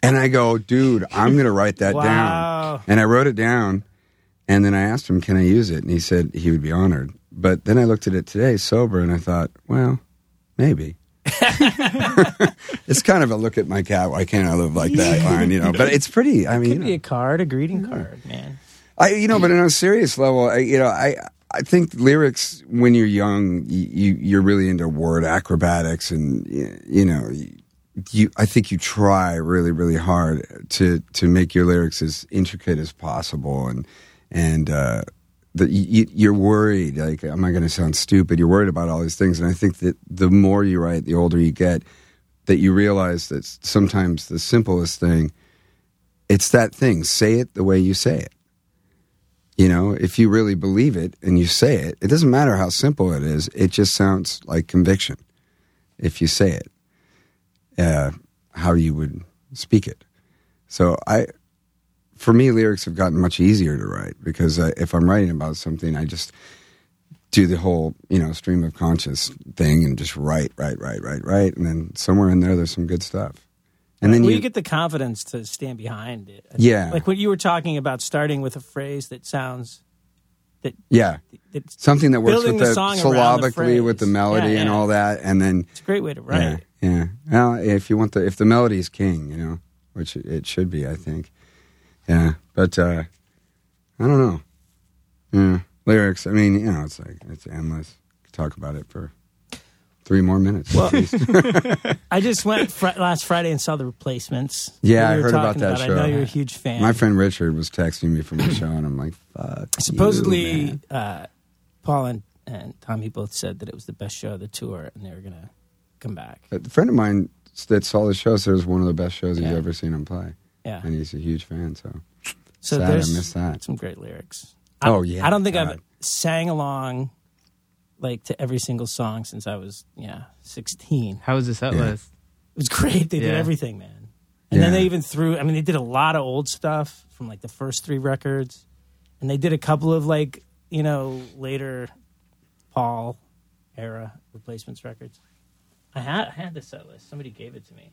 [SPEAKER 4] And I go, dude, I'm going to write that
[SPEAKER 3] Wow.
[SPEAKER 4] down. And I wrote it down. And then I asked him, can I use it? And he said he would be honored. But then I looked at it today sober and I thought, well, maybe. it's kind of a look at my cat. Why can't I live like that line, you know? But it's pretty. I mean, you
[SPEAKER 3] Could
[SPEAKER 4] know.
[SPEAKER 3] be a card, a greeting card, man.
[SPEAKER 4] I, you know, but on a serious level, I, you know, I, I think lyrics when you're young, you, you you're really into word acrobatics, and y- you know, you, I think you try really, really hard to to make your lyrics as intricate as possible, and and uh, that you, you're worried like, am I going to sound stupid? You're worried about all these things, and I think that the more you write, the older you get, that you realize that sometimes the simplest thing, it's that thing. Say it the way you say it. You know, if you really believe it and you say it, it doesn't matter how simple it is. It just sounds like conviction if you say it, uh, how you would speak it. So I, for me, lyrics have gotten much easier to write because uh, if I'm writing about something, I just do the whole you know stream of conscious thing and just write, write, write, write, write, and then somewhere in there, there's some good stuff. And then
[SPEAKER 3] well,
[SPEAKER 4] you,
[SPEAKER 3] you get the confidence to stand behind it. I think.
[SPEAKER 4] Yeah.
[SPEAKER 3] like what you were talking about, starting with a phrase that sounds
[SPEAKER 4] yeah,
[SPEAKER 3] it's,
[SPEAKER 4] something that works
[SPEAKER 3] Building
[SPEAKER 4] with
[SPEAKER 3] the
[SPEAKER 4] the,
[SPEAKER 3] song around the
[SPEAKER 4] syllabically with the
[SPEAKER 3] phrase.
[SPEAKER 4] melody
[SPEAKER 3] Yeah,
[SPEAKER 4] and
[SPEAKER 3] yeah.
[SPEAKER 4] all that, and then
[SPEAKER 3] it's a great way to write. it.
[SPEAKER 4] Yeah, yeah. Well, if you want the if the melody's king, you know, which it- it should be, I think. Yeah, but uh, I don't know. Yeah, lyrics. I mean, you know, it's like it's endless. Could talk about it for three more minutes. at least.
[SPEAKER 3] I just went fr- last Friday and saw the replacements.
[SPEAKER 4] Yeah,
[SPEAKER 3] that we
[SPEAKER 4] I
[SPEAKER 3] were
[SPEAKER 4] heard about
[SPEAKER 3] talking
[SPEAKER 4] that
[SPEAKER 3] I know
[SPEAKER 4] show.
[SPEAKER 3] you're a huge fan.
[SPEAKER 4] my friend Richard was texting me from the show, and I'm like, "Fuck." you,
[SPEAKER 3] Supposedly,
[SPEAKER 4] man.
[SPEAKER 3] uh, Paul and, and Tommy both said that it was the best show of the tour, and they were gonna come back.
[SPEAKER 4] a friend of mine that saw the show said it was one of the best shows he's
[SPEAKER 3] Yeah.
[SPEAKER 4] ever seen him play,
[SPEAKER 3] Yeah,
[SPEAKER 4] and he's a huge fan. So
[SPEAKER 3] so
[SPEAKER 4] sad I
[SPEAKER 3] there's
[SPEAKER 4] missed that.
[SPEAKER 3] some great lyrics.
[SPEAKER 4] Oh,
[SPEAKER 3] I,
[SPEAKER 4] yeah,
[SPEAKER 3] I don't think I've
[SPEAKER 4] God.
[SPEAKER 3] sang along like to every single song since I was yeah 16.
[SPEAKER 2] how was this set
[SPEAKER 4] Yeah.
[SPEAKER 2] list
[SPEAKER 3] It was great. They did
[SPEAKER 2] Yeah.
[SPEAKER 3] everything, man. And then
[SPEAKER 4] Yeah.
[SPEAKER 3] they even threw. I mean, they did a lot of old stuff from like the first three records, and they did a couple of like you know later Paul era replacements records. I had I had the set list. Somebody gave it to me.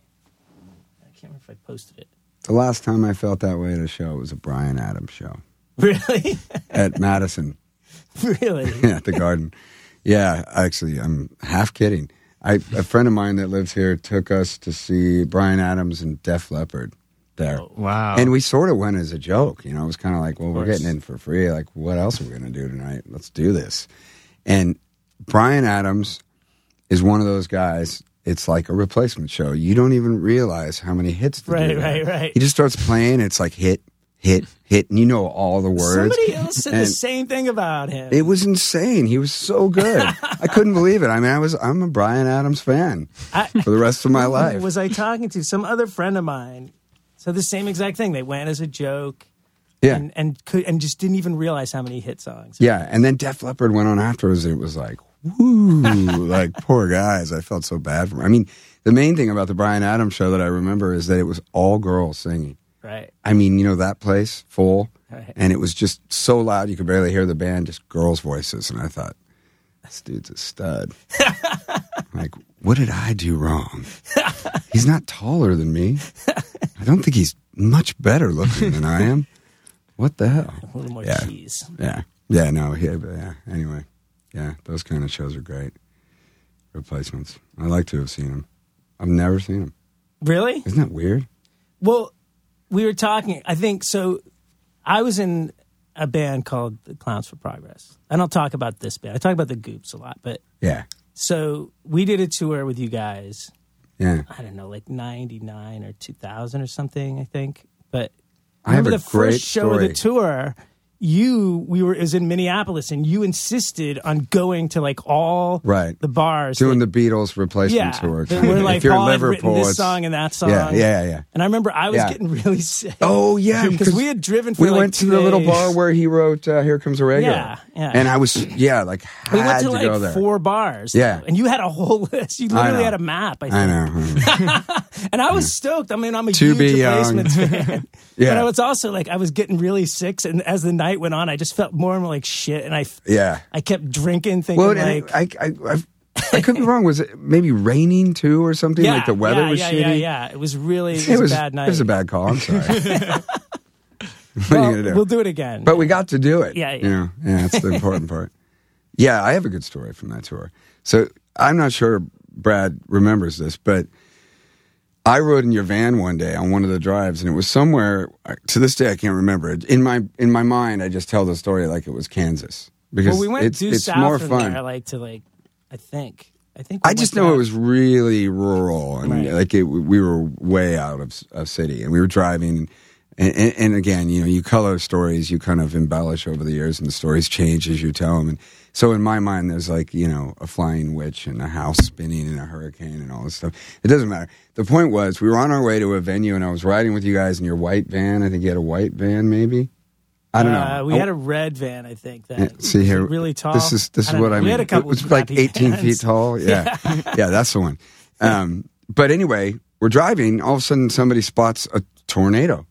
[SPEAKER 3] I can't remember if I posted it.
[SPEAKER 4] the last time I felt that way at a show was a Brian Adams show.
[SPEAKER 3] Really,
[SPEAKER 4] at Madison
[SPEAKER 3] really.
[SPEAKER 4] at the Garden. Yeah, actually, I'm half kidding. I, a friend of mine that lives here took us to see Brian Adams and Def Leppard there.
[SPEAKER 2] wow
[SPEAKER 4] And we sort of went as a joke, you know. It was kind of like, well, we're
[SPEAKER 3] Oh. course.
[SPEAKER 4] getting in for free. Like, what else are we going to do tonight? Let's do this. And Brian Adams is one of those guys. It's like a replacement show. You don't even realize how many hits. the
[SPEAKER 3] Right,
[SPEAKER 4] dude had.
[SPEAKER 3] right, right.
[SPEAKER 4] He just starts playing. It's like hit, hit, hit, and you know all the words.
[SPEAKER 3] Somebody else said the
[SPEAKER 4] And-
[SPEAKER 3] same thing about him.
[SPEAKER 4] it was insane. He was so good. I couldn't believe it. I mean, I was I'm a Brian Adams fan
[SPEAKER 3] I-
[SPEAKER 4] for the rest of my life.
[SPEAKER 3] was I talking to some other friend of mine? So the same exact thing. They went as a joke.
[SPEAKER 4] yeah,
[SPEAKER 3] and and could, and just didn't even realize how many hit songs.
[SPEAKER 4] yeah. And then Def Leppard went on afterwards. and It was like, woo, like poor guys. I felt so bad for. 'em. I mean, the main thing about the Brian Adams show that I remember is that it was all girls singing.
[SPEAKER 3] Right.
[SPEAKER 4] I mean, you know that place full,
[SPEAKER 3] Right.
[SPEAKER 4] and it was just so loud you could barely hear the band, just girls' voices. And I thought, this dude's a stud. like, what did I do wrong? he's not taller than me. I don't think he's much better looking than I am. What the hell?
[SPEAKER 3] A little more
[SPEAKER 4] Yeah.
[SPEAKER 3] cheese.
[SPEAKER 4] Yeah. Yeah, no, yeah, but yeah. Anyway, yeah, those kind of shows are great. Replacements. I like to have seen them. I've never seen them.
[SPEAKER 3] Really?
[SPEAKER 4] Isn't that weird?
[SPEAKER 3] Well, we were talking. I think so. I was in a band called the Clowns for Progress. I don't talk about this band. I talk about the Goops a lot, but
[SPEAKER 4] Yeah.
[SPEAKER 3] so we did a tour with you guys.
[SPEAKER 4] Yeah.
[SPEAKER 3] I don't know, like '99 or 2000 or something. I think, but
[SPEAKER 4] I have
[SPEAKER 3] remember
[SPEAKER 4] a
[SPEAKER 3] the
[SPEAKER 4] great
[SPEAKER 3] first show of
[SPEAKER 4] story.
[SPEAKER 3] the tour. You, we were it was in Minneapolis, and you insisted on going to like all
[SPEAKER 4] Right.
[SPEAKER 3] the bars,
[SPEAKER 4] Doing
[SPEAKER 3] that-
[SPEAKER 4] the Beatles replacement
[SPEAKER 3] yeah,
[SPEAKER 4] tour.
[SPEAKER 3] that We're like,
[SPEAKER 4] if you're
[SPEAKER 3] oh,
[SPEAKER 4] in
[SPEAKER 3] I've written
[SPEAKER 4] Liverpool,
[SPEAKER 3] this
[SPEAKER 4] it's-
[SPEAKER 3] song and that song.
[SPEAKER 4] Yeah, yeah, yeah.
[SPEAKER 3] And I remember I was
[SPEAKER 4] Yeah.
[SPEAKER 3] getting really sick.
[SPEAKER 4] Oh yeah,
[SPEAKER 3] because we had driven. For
[SPEAKER 4] we
[SPEAKER 3] like
[SPEAKER 4] went to
[SPEAKER 3] two
[SPEAKER 4] the little
[SPEAKER 3] days.
[SPEAKER 4] bar where he wrote uh, "Here Comes a Regular."
[SPEAKER 3] Yeah, yeah.
[SPEAKER 4] And I was yeah, like had
[SPEAKER 3] we went to, like
[SPEAKER 4] go there.
[SPEAKER 3] four bars.
[SPEAKER 4] Yeah.
[SPEAKER 3] and you had a whole list. You
[SPEAKER 4] I
[SPEAKER 3] literally
[SPEAKER 4] know.
[SPEAKER 3] had a map. I think.
[SPEAKER 4] I know.
[SPEAKER 3] And I was stoked. I mean, I'm a
[SPEAKER 4] To
[SPEAKER 3] huge
[SPEAKER 4] be young.
[SPEAKER 3] replacements fan.
[SPEAKER 4] Yeah.
[SPEAKER 3] But I was also like, I was getting really sick, and as the night went on, I just felt more and more like shit, and I,
[SPEAKER 4] yeah.
[SPEAKER 3] I kept drinking, thinking
[SPEAKER 4] Well, and
[SPEAKER 3] like,
[SPEAKER 4] I, I, I, I could be wrong. Was it maybe raining too, or something?
[SPEAKER 3] yeah,
[SPEAKER 4] like the weather
[SPEAKER 3] yeah,
[SPEAKER 4] was
[SPEAKER 3] yeah,
[SPEAKER 4] shitty.
[SPEAKER 3] yeah, yeah. It was really it was,
[SPEAKER 4] It was
[SPEAKER 3] a bad night.
[SPEAKER 4] It was a bad call. I'm sorry. what are
[SPEAKER 3] Well,
[SPEAKER 4] you gonna do?
[SPEAKER 3] We'll do it again.
[SPEAKER 4] But we got to do it.
[SPEAKER 3] Yeah, yeah.
[SPEAKER 4] You know? yeah that's the important part. Yeah, I have a good story from that tour. So I'm not sure Brad remembers this, but I rode in your van one day on one of the drives, and it was somewhere. To this day, I can't remember. it. In my in my mind, I just tell the story like it was Kansas because
[SPEAKER 3] well, we went
[SPEAKER 4] it's,
[SPEAKER 3] due
[SPEAKER 4] it's
[SPEAKER 3] south
[SPEAKER 4] more
[SPEAKER 3] from
[SPEAKER 4] fun.
[SPEAKER 3] there, like to like, I think, I think. we
[SPEAKER 4] I just
[SPEAKER 3] went
[SPEAKER 4] know
[SPEAKER 3] down-
[SPEAKER 4] it was really rural, and
[SPEAKER 3] Right.
[SPEAKER 4] like it, we were way out of, of city, and we were driving. And, and, and again, you know, you color stories, you kind of embellish over the years, and the stories change as you tell them. And so, in my mind, there's like you know a flying witch and a house spinning and a hurricane and all this stuff. It doesn't matter. The point was, we were on our way to a venue, and I was riding with you guys in your white van. I think you had a white van, maybe. I don't
[SPEAKER 3] Uh,
[SPEAKER 4] know.
[SPEAKER 3] we
[SPEAKER 4] I-
[SPEAKER 3] had a red van, I think. That
[SPEAKER 4] yeah, see
[SPEAKER 3] was
[SPEAKER 4] here,
[SPEAKER 3] really tall.
[SPEAKER 4] This is
[SPEAKER 3] I
[SPEAKER 4] this is
[SPEAKER 3] don't
[SPEAKER 4] what
[SPEAKER 3] know.
[SPEAKER 4] I mean.
[SPEAKER 3] We had a couple.
[SPEAKER 4] it's like
[SPEAKER 3] crappy
[SPEAKER 4] eighteen feet
[SPEAKER 3] vans.
[SPEAKER 4] tall. Yeah, yeah, that's the one. Um, but anyway, we're driving. All of a sudden, somebody spots a tornado.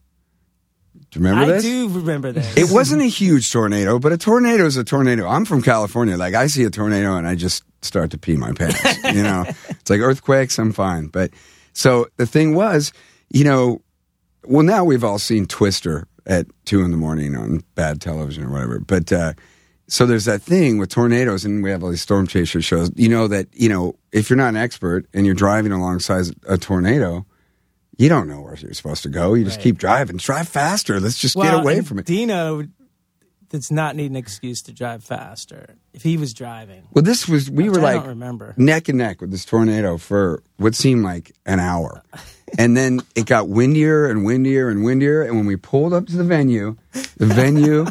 [SPEAKER 4] Do you remember
[SPEAKER 3] I
[SPEAKER 4] this?
[SPEAKER 3] do remember this.
[SPEAKER 4] It wasn't a huge tornado, but a tornado is a tornado. I'm from California. Like I see a tornado and I just start to pee my pants. you know, it's like earthquakes. I'm fine, but so the thing was, you know, well now we've all seen Twister at two in the morning on bad television or whatever. But uh, so there's that thing with tornadoes, and we have all these storm chaser shows. You know that you know if you're not an expert and you're driving alongside a tornado. You don't know where you're supposed to go. You just
[SPEAKER 3] Right.
[SPEAKER 4] keep driving. Drive faster. Let's just
[SPEAKER 3] Well,
[SPEAKER 4] get away
[SPEAKER 3] and
[SPEAKER 4] from it.
[SPEAKER 3] Dino does not need an excuse to drive faster if he was driving.
[SPEAKER 4] Well, this was we
[SPEAKER 3] Which
[SPEAKER 4] were
[SPEAKER 3] I
[SPEAKER 4] like
[SPEAKER 3] don't remember.
[SPEAKER 4] neck and neck with this tornado for what seemed like an hour, and then it got windier and windier and windier. And when we pulled up to the venue, the venue,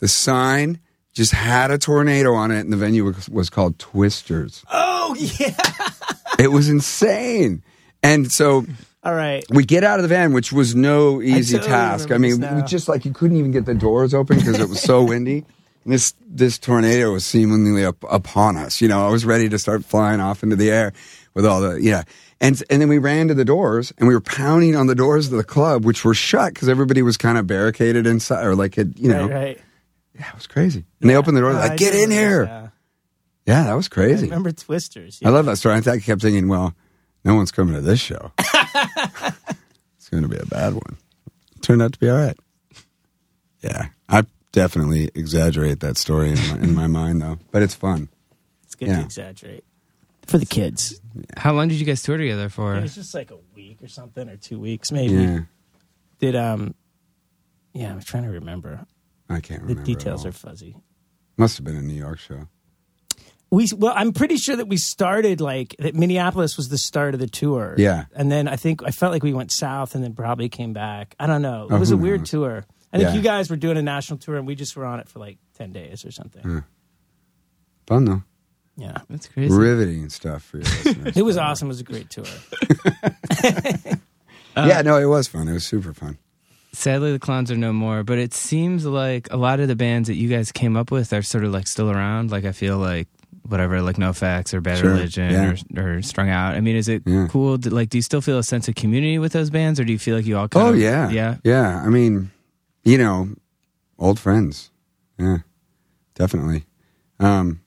[SPEAKER 4] the sign just had a tornado on it, and the venue was, was called Twisters.
[SPEAKER 3] Oh yeah.
[SPEAKER 4] It was insane, and so
[SPEAKER 3] All right.
[SPEAKER 4] we get out of the van, which was no easy
[SPEAKER 3] totally
[SPEAKER 4] task. I
[SPEAKER 3] remember
[SPEAKER 4] mean,
[SPEAKER 3] this
[SPEAKER 4] we
[SPEAKER 3] now.
[SPEAKER 4] just like you couldn't even get the doors open because it was so windy. And this this tornado was seemingly up, upon us. You know, I was ready to start flying off into the air with all the yeah. And and then we ran to the doors and we were pounding on the doors of the club, which were shut because everybody was kind of barricaded inside or like it. You know,
[SPEAKER 3] Right, right.
[SPEAKER 4] yeah, it was crazy. And they opened the door
[SPEAKER 3] Uh, I
[SPEAKER 4] like, "Get
[SPEAKER 3] do
[SPEAKER 4] in
[SPEAKER 3] remember
[SPEAKER 4] here!"
[SPEAKER 3] this, yeah.
[SPEAKER 4] Yeah, that was
[SPEAKER 3] I
[SPEAKER 4] crazy.
[SPEAKER 3] remember Twisters.
[SPEAKER 4] I
[SPEAKER 3] Yeah.
[SPEAKER 4] love that story. I thought- I kept thinking, well, no one's coming to this show. it's going to be a bad one. Turned out to be all right. Yeah, I definitely exaggerate that story in my, in my mind, though, but it's fun.
[SPEAKER 3] It's good
[SPEAKER 4] yeah.
[SPEAKER 3] to exaggerate for the kids.
[SPEAKER 2] How long did you guys tour together for?
[SPEAKER 3] It was just like a week or something, or two weeks maybe.
[SPEAKER 4] Yeah,
[SPEAKER 3] Did um, yeah. I'm trying to remember.
[SPEAKER 4] I can't
[SPEAKER 3] The
[SPEAKER 4] remember. at
[SPEAKER 3] details
[SPEAKER 4] all.
[SPEAKER 3] are fuzzy.
[SPEAKER 4] Must have been a New York show.
[SPEAKER 3] We well, I'm pretty sure that we started like that. Minneapolis was the start of the tour.
[SPEAKER 4] Yeah.
[SPEAKER 3] and then I think I felt like we went south, and then probably came back. I don't know. It
[SPEAKER 4] Oh,
[SPEAKER 3] was
[SPEAKER 4] who
[SPEAKER 3] a weird
[SPEAKER 4] knows?
[SPEAKER 3] tour. I think
[SPEAKER 4] Yeah.
[SPEAKER 3] you guys were doing a national tour, and we just were on it for like ten days or something.
[SPEAKER 4] Mm. Fun, though.
[SPEAKER 3] Yeah,
[SPEAKER 2] That's crazy.
[SPEAKER 4] Riveting stuff for you.
[SPEAKER 3] it was awesome. It was a great tour.
[SPEAKER 4] yeah, no, it was fun. It was super fun.
[SPEAKER 2] Sadly, the clowns are no more, but it seems like a lot of the bands that you guys came up with are sort of like still around. Like I feel like whatever, like NoFX or Bad
[SPEAKER 4] Sure,
[SPEAKER 2] Religion
[SPEAKER 4] yeah.
[SPEAKER 2] or, or Strung Out. I mean, is it
[SPEAKER 4] Yeah.
[SPEAKER 2] cool? To, like, do you still feel a sense of community with those bands, or do you feel like you all? Kind
[SPEAKER 4] oh
[SPEAKER 2] of,
[SPEAKER 4] yeah,
[SPEAKER 2] yeah.
[SPEAKER 4] yeah. I mean, you know, old friends. Yeah, definitely. Um,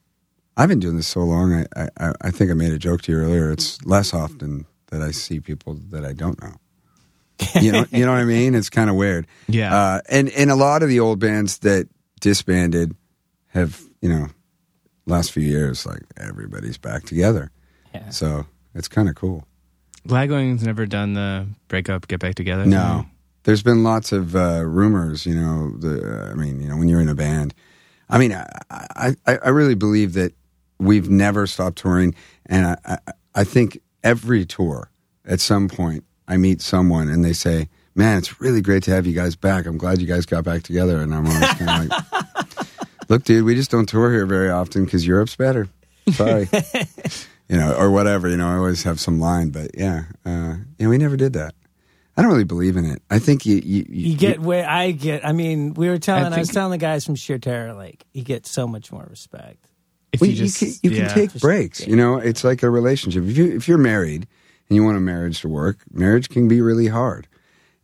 [SPEAKER 4] I've been doing this so long. I, I- I, I think I made a joke to you earlier. It's less often that I see people that I don't know. You know, you know what I mean? It's kind of weird.
[SPEAKER 2] Yeah.
[SPEAKER 4] Uh, and and a lot of the old bands that disbanded have you know last few years like everybody's back together.
[SPEAKER 3] Yeah.
[SPEAKER 4] So it's kind of cool.
[SPEAKER 2] Lagwing's never done the break up, get back together.
[SPEAKER 4] No, there's been lots of uh, rumors. You know, the uh, I mean, you know, when you're in a band, I mean, I I, I I really believe that we've never stopped touring, and I, I I think every tour at some point I meet someone and they say, "Man, it's really great to have you guys back. I'm glad you guys got back together." And I'm always kind of like, "Look, dude, we just don't tour here very often because Europe's better." Sorry. You know, or whatever. You know, I always have some line, but yeah, uh, yeah, we never did that. I don't really believe in it. I think you you,
[SPEAKER 3] You get where I get. I mean, we were telling. I, was telling the guys from Sheer Terror, like you get so much more respect.
[SPEAKER 2] If
[SPEAKER 4] Well,
[SPEAKER 2] you just,
[SPEAKER 4] can, you
[SPEAKER 2] yeah.
[SPEAKER 4] can take breaks. You know, it's like a relationship. If you if you're married and you want a marriage to work, marriage can be really hard,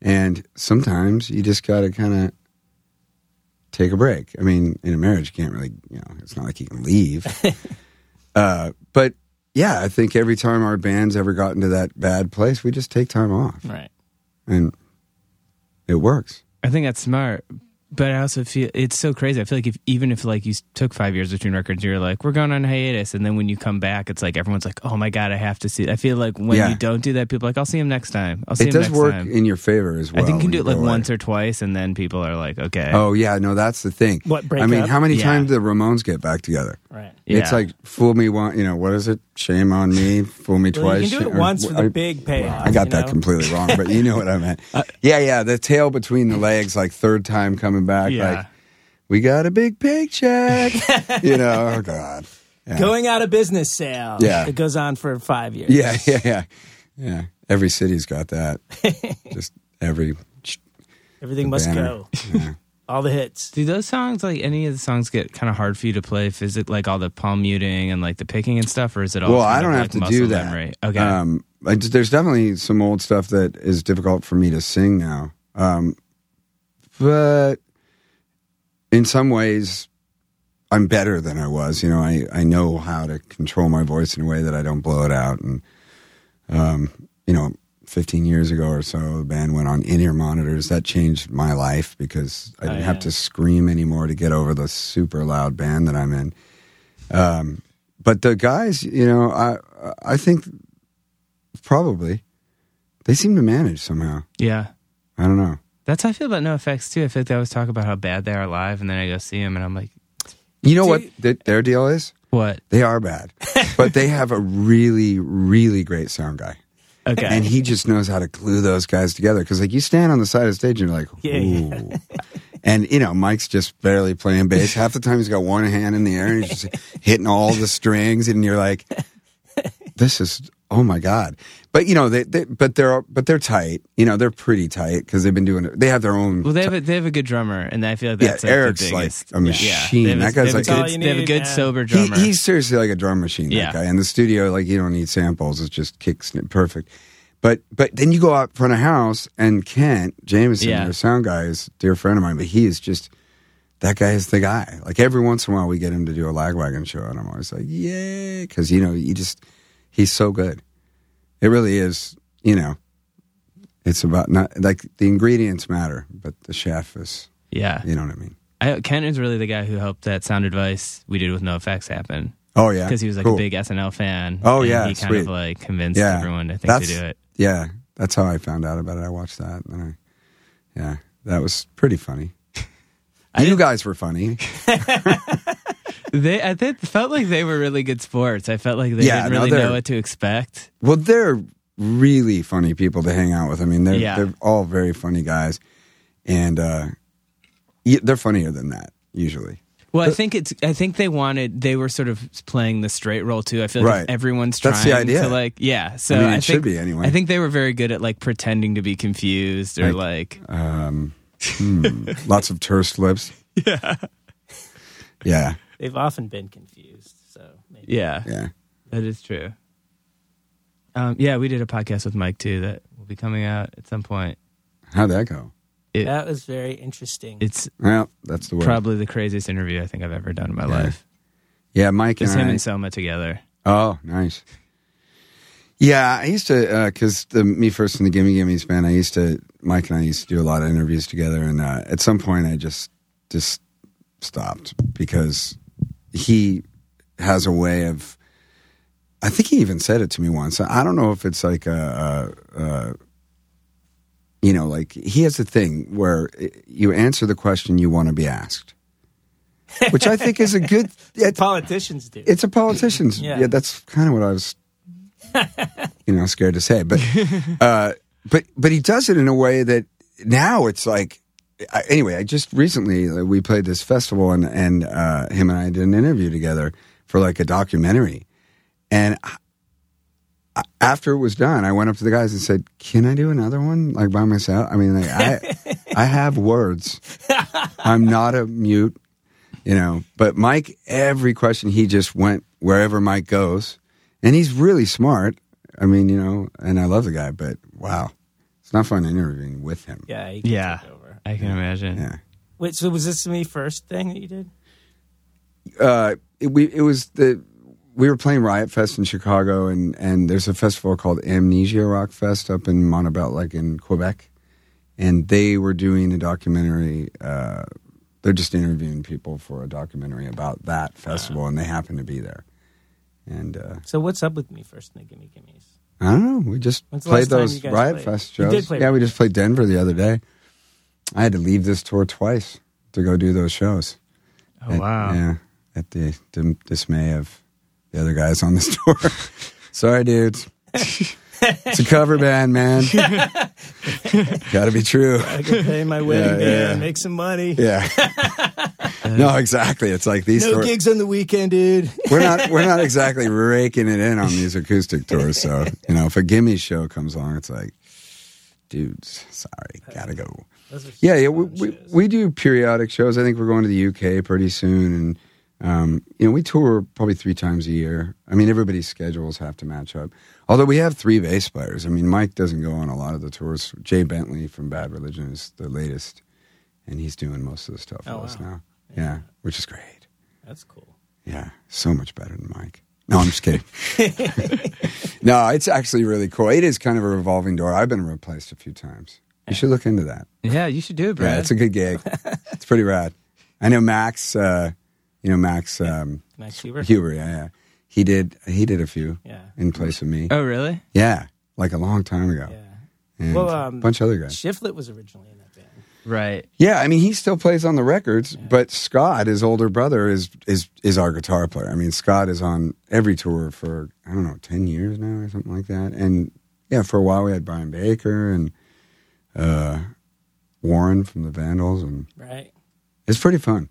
[SPEAKER 4] and sometimes you just got to kind of take a break. I mean, in a marriage, you can't really. You know, it's not like you can leave. uh, but yeah, I think every time our band's ever gotten to that bad place, we just take time off,
[SPEAKER 3] Right.
[SPEAKER 4] and it works.
[SPEAKER 2] I think that's smart. But I also feel it's so crazy. I feel like if even if like you s- took five years between records, you're like, we're going on hiatus, and then when you come back, it's like everyone's like, oh my god, I have to see. I feel like when
[SPEAKER 4] Yeah.
[SPEAKER 2] you don't do that, people are like, I'll see him next time. I'll see
[SPEAKER 4] It
[SPEAKER 2] him
[SPEAKER 4] does
[SPEAKER 2] next
[SPEAKER 4] work
[SPEAKER 2] time.
[SPEAKER 4] in your favor as well.
[SPEAKER 2] I think you can
[SPEAKER 4] when
[SPEAKER 2] do it
[SPEAKER 4] go
[SPEAKER 2] like
[SPEAKER 4] away.
[SPEAKER 2] once or twice, and then people are like, okay,
[SPEAKER 4] Oh yeah, no, that's the thing.
[SPEAKER 3] What, break
[SPEAKER 4] I mean,
[SPEAKER 3] up?
[SPEAKER 4] how many
[SPEAKER 2] Yeah.
[SPEAKER 4] times did the Ramones get back together?
[SPEAKER 3] Right.
[SPEAKER 4] It's like fool me once, you know. What is it? Shame on me. Fool me
[SPEAKER 3] Well,
[SPEAKER 4] twice.
[SPEAKER 3] you can do it
[SPEAKER 4] or-
[SPEAKER 3] once for the
[SPEAKER 4] I-
[SPEAKER 3] big payoff.
[SPEAKER 4] I got
[SPEAKER 3] you
[SPEAKER 4] that
[SPEAKER 3] know?
[SPEAKER 4] completely wrong, but you know what I meant.
[SPEAKER 2] Uh,
[SPEAKER 4] yeah, yeah. The tail between the legs, like third time coming back.
[SPEAKER 2] Yeah.
[SPEAKER 4] Like we got a big paycheck. you know. Oh God. Yeah.
[SPEAKER 3] Going out of business sale.
[SPEAKER 4] Yeah.
[SPEAKER 3] It goes on for five years.
[SPEAKER 4] Yeah, yeah, yeah, yeah. Every city's got that. Just every.
[SPEAKER 3] Everything must
[SPEAKER 4] Banner.
[SPEAKER 3] go. All the hits.
[SPEAKER 2] do those songs like any of the songs get kind of hard for you to play? If is it like all the palm muting and like the picking and stuff, or is it all?
[SPEAKER 4] Well,
[SPEAKER 2] kind
[SPEAKER 4] I
[SPEAKER 2] of,
[SPEAKER 4] don't
[SPEAKER 2] like,
[SPEAKER 4] have to
[SPEAKER 2] muscle
[SPEAKER 4] do that.
[SPEAKER 2] Memory? Okay,
[SPEAKER 4] Um, I just- there's definitely some old stuff that is difficult for me to sing now. Um, but in some ways, I'm better than I was. You know, I, I know how to control my voice in a way that I don't blow it out. And, um, you know, 15 years ago or so, the band went on in ear monitors. That changed my life because I
[SPEAKER 3] Oh,
[SPEAKER 4] didn't
[SPEAKER 3] yeah.
[SPEAKER 4] have to scream anymore to get over the super loud band that I'm in. Um, but the guys, you know, I I think probably they seem to manage somehow.
[SPEAKER 2] yeah.
[SPEAKER 4] I don't know.
[SPEAKER 2] That's how I feel about No Effects too. I feel like they always talk about how bad they are live, and then I go see them, and I'm like,
[SPEAKER 4] You know
[SPEAKER 3] Do
[SPEAKER 4] what
[SPEAKER 3] you-
[SPEAKER 4] th- their deal is?
[SPEAKER 2] what?
[SPEAKER 4] They are bad, but they have a really, really great sound guy,
[SPEAKER 2] Okay,
[SPEAKER 4] and he just knows how to glue those guys together. Because like you stand on the side of the stage and you're like, ooh.
[SPEAKER 3] Yeah, yeah.
[SPEAKER 4] And you know, Mike's just barely playing bass. Half the time, he's got one hand in the air and he's just hitting all the strings, and you're like, "This is oh my god!" But you know, they, they but they're but they're tight. You know, they're pretty tight because they've been doing it. They have their own.
[SPEAKER 2] Well, they have a, they have a good drummer, and I feel like
[SPEAKER 4] Yeah,
[SPEAKER 2] that's like
[SPEAKER 4] Eric's
[SPEAKER 2] the
[SPEAKER 4] like
[SPEAKER 2] biggest.
[SPEAKER 4] a machine.
[SPEAKER 2] Yeah, they have a-
[SPEAKER 4] That guy's
[SPEAKER 2] they have a
[SPEAKER 4] like- That's
[SPEAKER 3] all you
[SPEAKER 2] good, they have a
[SPEAKER 3] need,
[SPEAKER 2] good
[SPEAKER 3] man.
[SPEAKER 2] sober
[SPEAKER 4] He,
[SPEAKER 2] drummer.
[SPEAKER 4] he's seriously like a drum machine.
[SPEAKER 2] Yeah.
[SPEAKER 4] That guy in the studio, like you don't need samples. It's just kicks and it perfect. But but then you go out front of house and Kent Jameson,
[SPEAKER 2] Yeah.
[SPEAKER 4] their sound guy, is a dear friend of mine. But he is just that guy is the guy. Like every once in a while, we get him to do a lagwagon show, and I'm always like, yay, because you know you just he's so good. It really is. You know, it's about not like the ingredients matter, but the chef is.
[SPEAKER 2] yeah,
[SPEAKER 4] You know what I mean?
[SPEAKER 2] I, Ken is really the guy who helped that sound advice we did with No Effects happen
[SPEAKER 4] Oh yeah,
[SPEAKER 2] because he was like
[SPEAKER 4] Cool.
[SPEAKER 2] a big SNL fan.
[SPEAKER 4] Oh,
[SPEAKER 2] and
[SPEAKER 4] yeah,
[SPEAKER 2] he kind of
[SPEAKER 4] sweet.
[SPEAKER 2] like convinced
[SPEAKER 4] Yeah.
[SPEAKER 2] everyone I think
[SPEAKER 4] That's-
[SPEAKER 2] to do it.
[SPEAKER 4] Yeah, that's how I found out about it. I watched that, and then I, yeah, that was pretty funny. you guys were funny.
[SPEAKER 2] They I think, felt like they were really good sports. I felt like they
[SPEAKER 4] Yeah,
[SPEAKER 2] didn't
[SPEAKER 4] no,
[SPEAKER 2] really
[SPEAKER 4] they're-
[SPEAKER 2] know what to expect.
[SPEAKER 4] Well, they're really funny people to hang out with. I mean, they're
[SPEAKER 2] Yeah.
[SPEAKER 4] they're all very funny guys, and uh, y- they're funnier than that usually.
[SPEAKER 2] Well, I think it's. I think they wanted. They were sort of playing the straight role too. I feel like
[SPEAKER 4] Right.
[SPEAKER 2] everyone's trying
[SPEAKER 4] That's the idea.
[SPEAKER 2] to like. Yeah. So
[SPEAKER 4] I mean, it
[SPEAKER 2] think,
[SPEAKER 4] should be anyway.
[SPEAKER 2] I think they were very good at like pretending to be confused or like.
[SPEAKER 4] Um, hmm, lots of terse lips. Yeah,
[SPEAKER 3] They've often been confused. So maybe.
[SPEAKER 2] yeah,
[SPEAKER 4] yeah, yeah.
[SPEAKER 2] that is true. Um, yeah, we did a podcast with Mike too that will be coming out at some point.
[SPEAKER 4] How'd that go?
[SPEAKER 2] It,
[SPEAKER 3] that was very interesting.
[SPEAKER 2] It's
[SPEAKER 4] Well, that's the word.
[SPEAKER 2] probably the craziest interview I think I've ever done in my life.
[SPEAKER 4] Yeah, Mike
[SPEAKER 2] Just
[SPEAKER 4] and
[SPEAKER 2] him
[SPEAKER 4] I.
[SPEAKER 2] and Selma together.
[SPEAKER 4] Oh, nice. Yeah, I used to because the me first and the Gimme Gimmes band. I used to Mike and I used to do a lot of interviews together, and uh, at some point I just just stopped because he has a way of. I think he even said it to me once. I don't know if it's like a, a, a you know, like he has a thing where eh, you answer the question you want to be asked, which I think is a good.
[SPEAKER 3] Politicians do.
[SPEAKER 4] It's a politician's.
[SPEAKER 3] Yeah.
[SPEAKER 4] yeah. that's kind of what I was, you know, scared to say. But, uh, but, but he does it in a way that now it's like. I, anyway, I just recently uh, we played this festival and and uh, him and I did an interview together for like a documentary, and I, I- after it was done, I went up to the guys and said, "Can I do another one like by myself? I mean, like, I I have words. I'm not a mute you know. But Mike, every question he just went wherever Mike goes, and he's really smart. I mean, you know, and I love the guy, but wow, it's not fun interviewing with him.
[SPEAKER 3] yeah. he can
[SPEAKER 2] Yeah,
[SPEAKER 3] take over.
[SPEAKER 2] I can imagine.
[SPEAKER 4] Yeah,
[SPEAKER 3] Wait, so was this the me first thing that you did?
[SPEAKER 4] uh, it, we it was the we were playing Riot Fest in Chicago, and and there's a festival called Amnesia Rock Fest up in Montebello, like in Quebec, and they were doing a documentary. Uh, they're just interviewing people for a documentary about that festival, and they happened to be there. And uh,
[SPEAKER 3] So what's up with me first and the gimme gimmes?
[SPEAKER 4] I don't know. Oh, We just
[SPEAKER 3] When's the
[SPEAKER 4] played
[SPEAKER 3] last time
[SPEAKER 4] those
[SPEAKER 3] you guys
[SPEAKER 4] Riot
[SPEAKER 3] played?
[SPEAKER 4] Fest
[SPEAKER 3] You
[SPEAKER 4] shows.
[SPEAKER 3] did play
[SPEAKER 4] yeah, we
[SPEAKER 3] Riot
[SPEAKER 4] just played Denver the other day. I had to leave this tour twice to go do those shows.
[SPEAKER 2] Oh
[SPEAKER 4] At-
[SPEAKER 2] wow.
[SPEAKER 4] Yeah, at the dim- dismay of the other guys on this tour. Sorry, dudes. it's a cover band, man. Got to be true.
[SPEAKER 3] I can pay my wedding
[SPEAKER 4] Yeah,
[SPEAKER 3] band,
[SPEAKER 4] yeah.
[SPEAKER 3] make some money.
[SPEAKER 4] Yeah. no, exactly. It's like these
[SPEAKER 3] No
[SPEAKER 4] tour-
[SPEAKER 3] gigs on the weekend, dude.
[SPEAKER 4] we're not we're not exactly raking it in on these acoustic tours. So you know, if a gimme show comes along, it's like, dudes, sorry, gotta go.
[SPEAKER 3] Those are
[SPEAKER 4] Yeah,
[SPEAKER 3] some
[SPEAKER 4] yeah,
[SPEAKER 3] fun
[SPEAKER 4] we, we
[SPEAKER 3] shows.
[SPEAKER 4] we do periodic shows. I think we're going to the UK pretty soon, and um, you know, we tour probably three times a year. I mean, everybody's schedules have to match up. Although we have three bass players. I mean, Mike doesn't go on a lot of the tours. Jay Bentley from Bad Religion is the latest, and he's doing most of the stuff
[SPEAKER 3] Oh,
[SPEAKER 4] for us
[SPEAKER 3] wow.
[SPEAKER 4] now. yeah, which is great.
[SPEAKER 3] That's cool.
[SPEAKER 4] Yeah, so much better than Mike. No, I'm just kidding. no, it's actually really cool. It is kind of a revolving door. I've been replaced a few times. You should look into that.
[SPEAKER 2] Yeah, you should do it,
[SPEAKER 4] Yeah,
[SPEAKER 2] Brad.
[SPEAKER 4] it's a good gig. It's pretty rad. I know Max. Uh, you know Max um,
[SPEAKER 3] Max Huber.
[SPEAKER 4] Huber. Yeah, yeah. He did. He did a few
[SPEAKER 3] Yeah.
[SPEAKER 4] in place of me.
[SPEAKER 2] oh really?
[SPEAKER 4] Yeah, like a long time ago.
[SPEAKER 3] Yeah.
[SPEAKER 4] And
[SPEAKER 3] Well, um,
[SPEAKER 4] a bunch of other guys.
[SPEAKER 3] Shiflet was originally in that band.
[SPEAKER 2] Right.
[SPEAKER 4] Yeah, I mean he still plays on the records, but Scott, his older brother, is is is our guitar player. I mean Scott is on every tour for I don't know ten years now or something like that. And yeah, for a while we had Brian Baker and uh, Warren from the Vandals, and
[SPEAKER 3] Right.
[SPEAKER 4] it's pretty fun.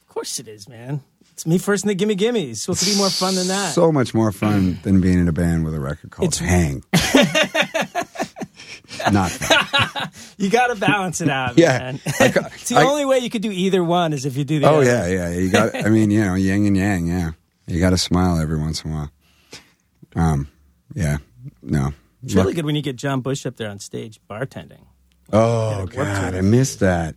[SPEAKER 3] Of course it is, man. It's me first and the gimme gimmes. Supposed to be more fun than that.
[SPEAKER 4] So much more fun than being in a band with a record called
[SPEAKER 3] It's-
[SPEAKER 4] Hang. Not fun.
[SPEAKER 3] you got to balance it out,
[SPEAKER 4] Yeah.
[SPEAKER 3] man.
[SPEAKER 4] I ca-
[SPEAKER 3] it's the
[SPEAKER 4] I-
[SPEAKER 3] only way you could do either one is if you do the
[SPEAKER 4] Oh
[SPEAKER 3] other.
[SPEAKER 4] yeah, yeah. You got. I mean, you know, yin and yang. Yeah, you got to smile every once in a while. Um, yeah, no.
[SPEAKER 3] It's really
[SPEAKER 4] Luck-
[SPEAKER 3] good when you get John Bush up there on stage bartending.
[SPEAKER 4] Oh
[SPEAKER 3] Yeah, work
[SPEAKER 4] God,
[SPEAKER 3] to
[SPEAKER 4] I missed that.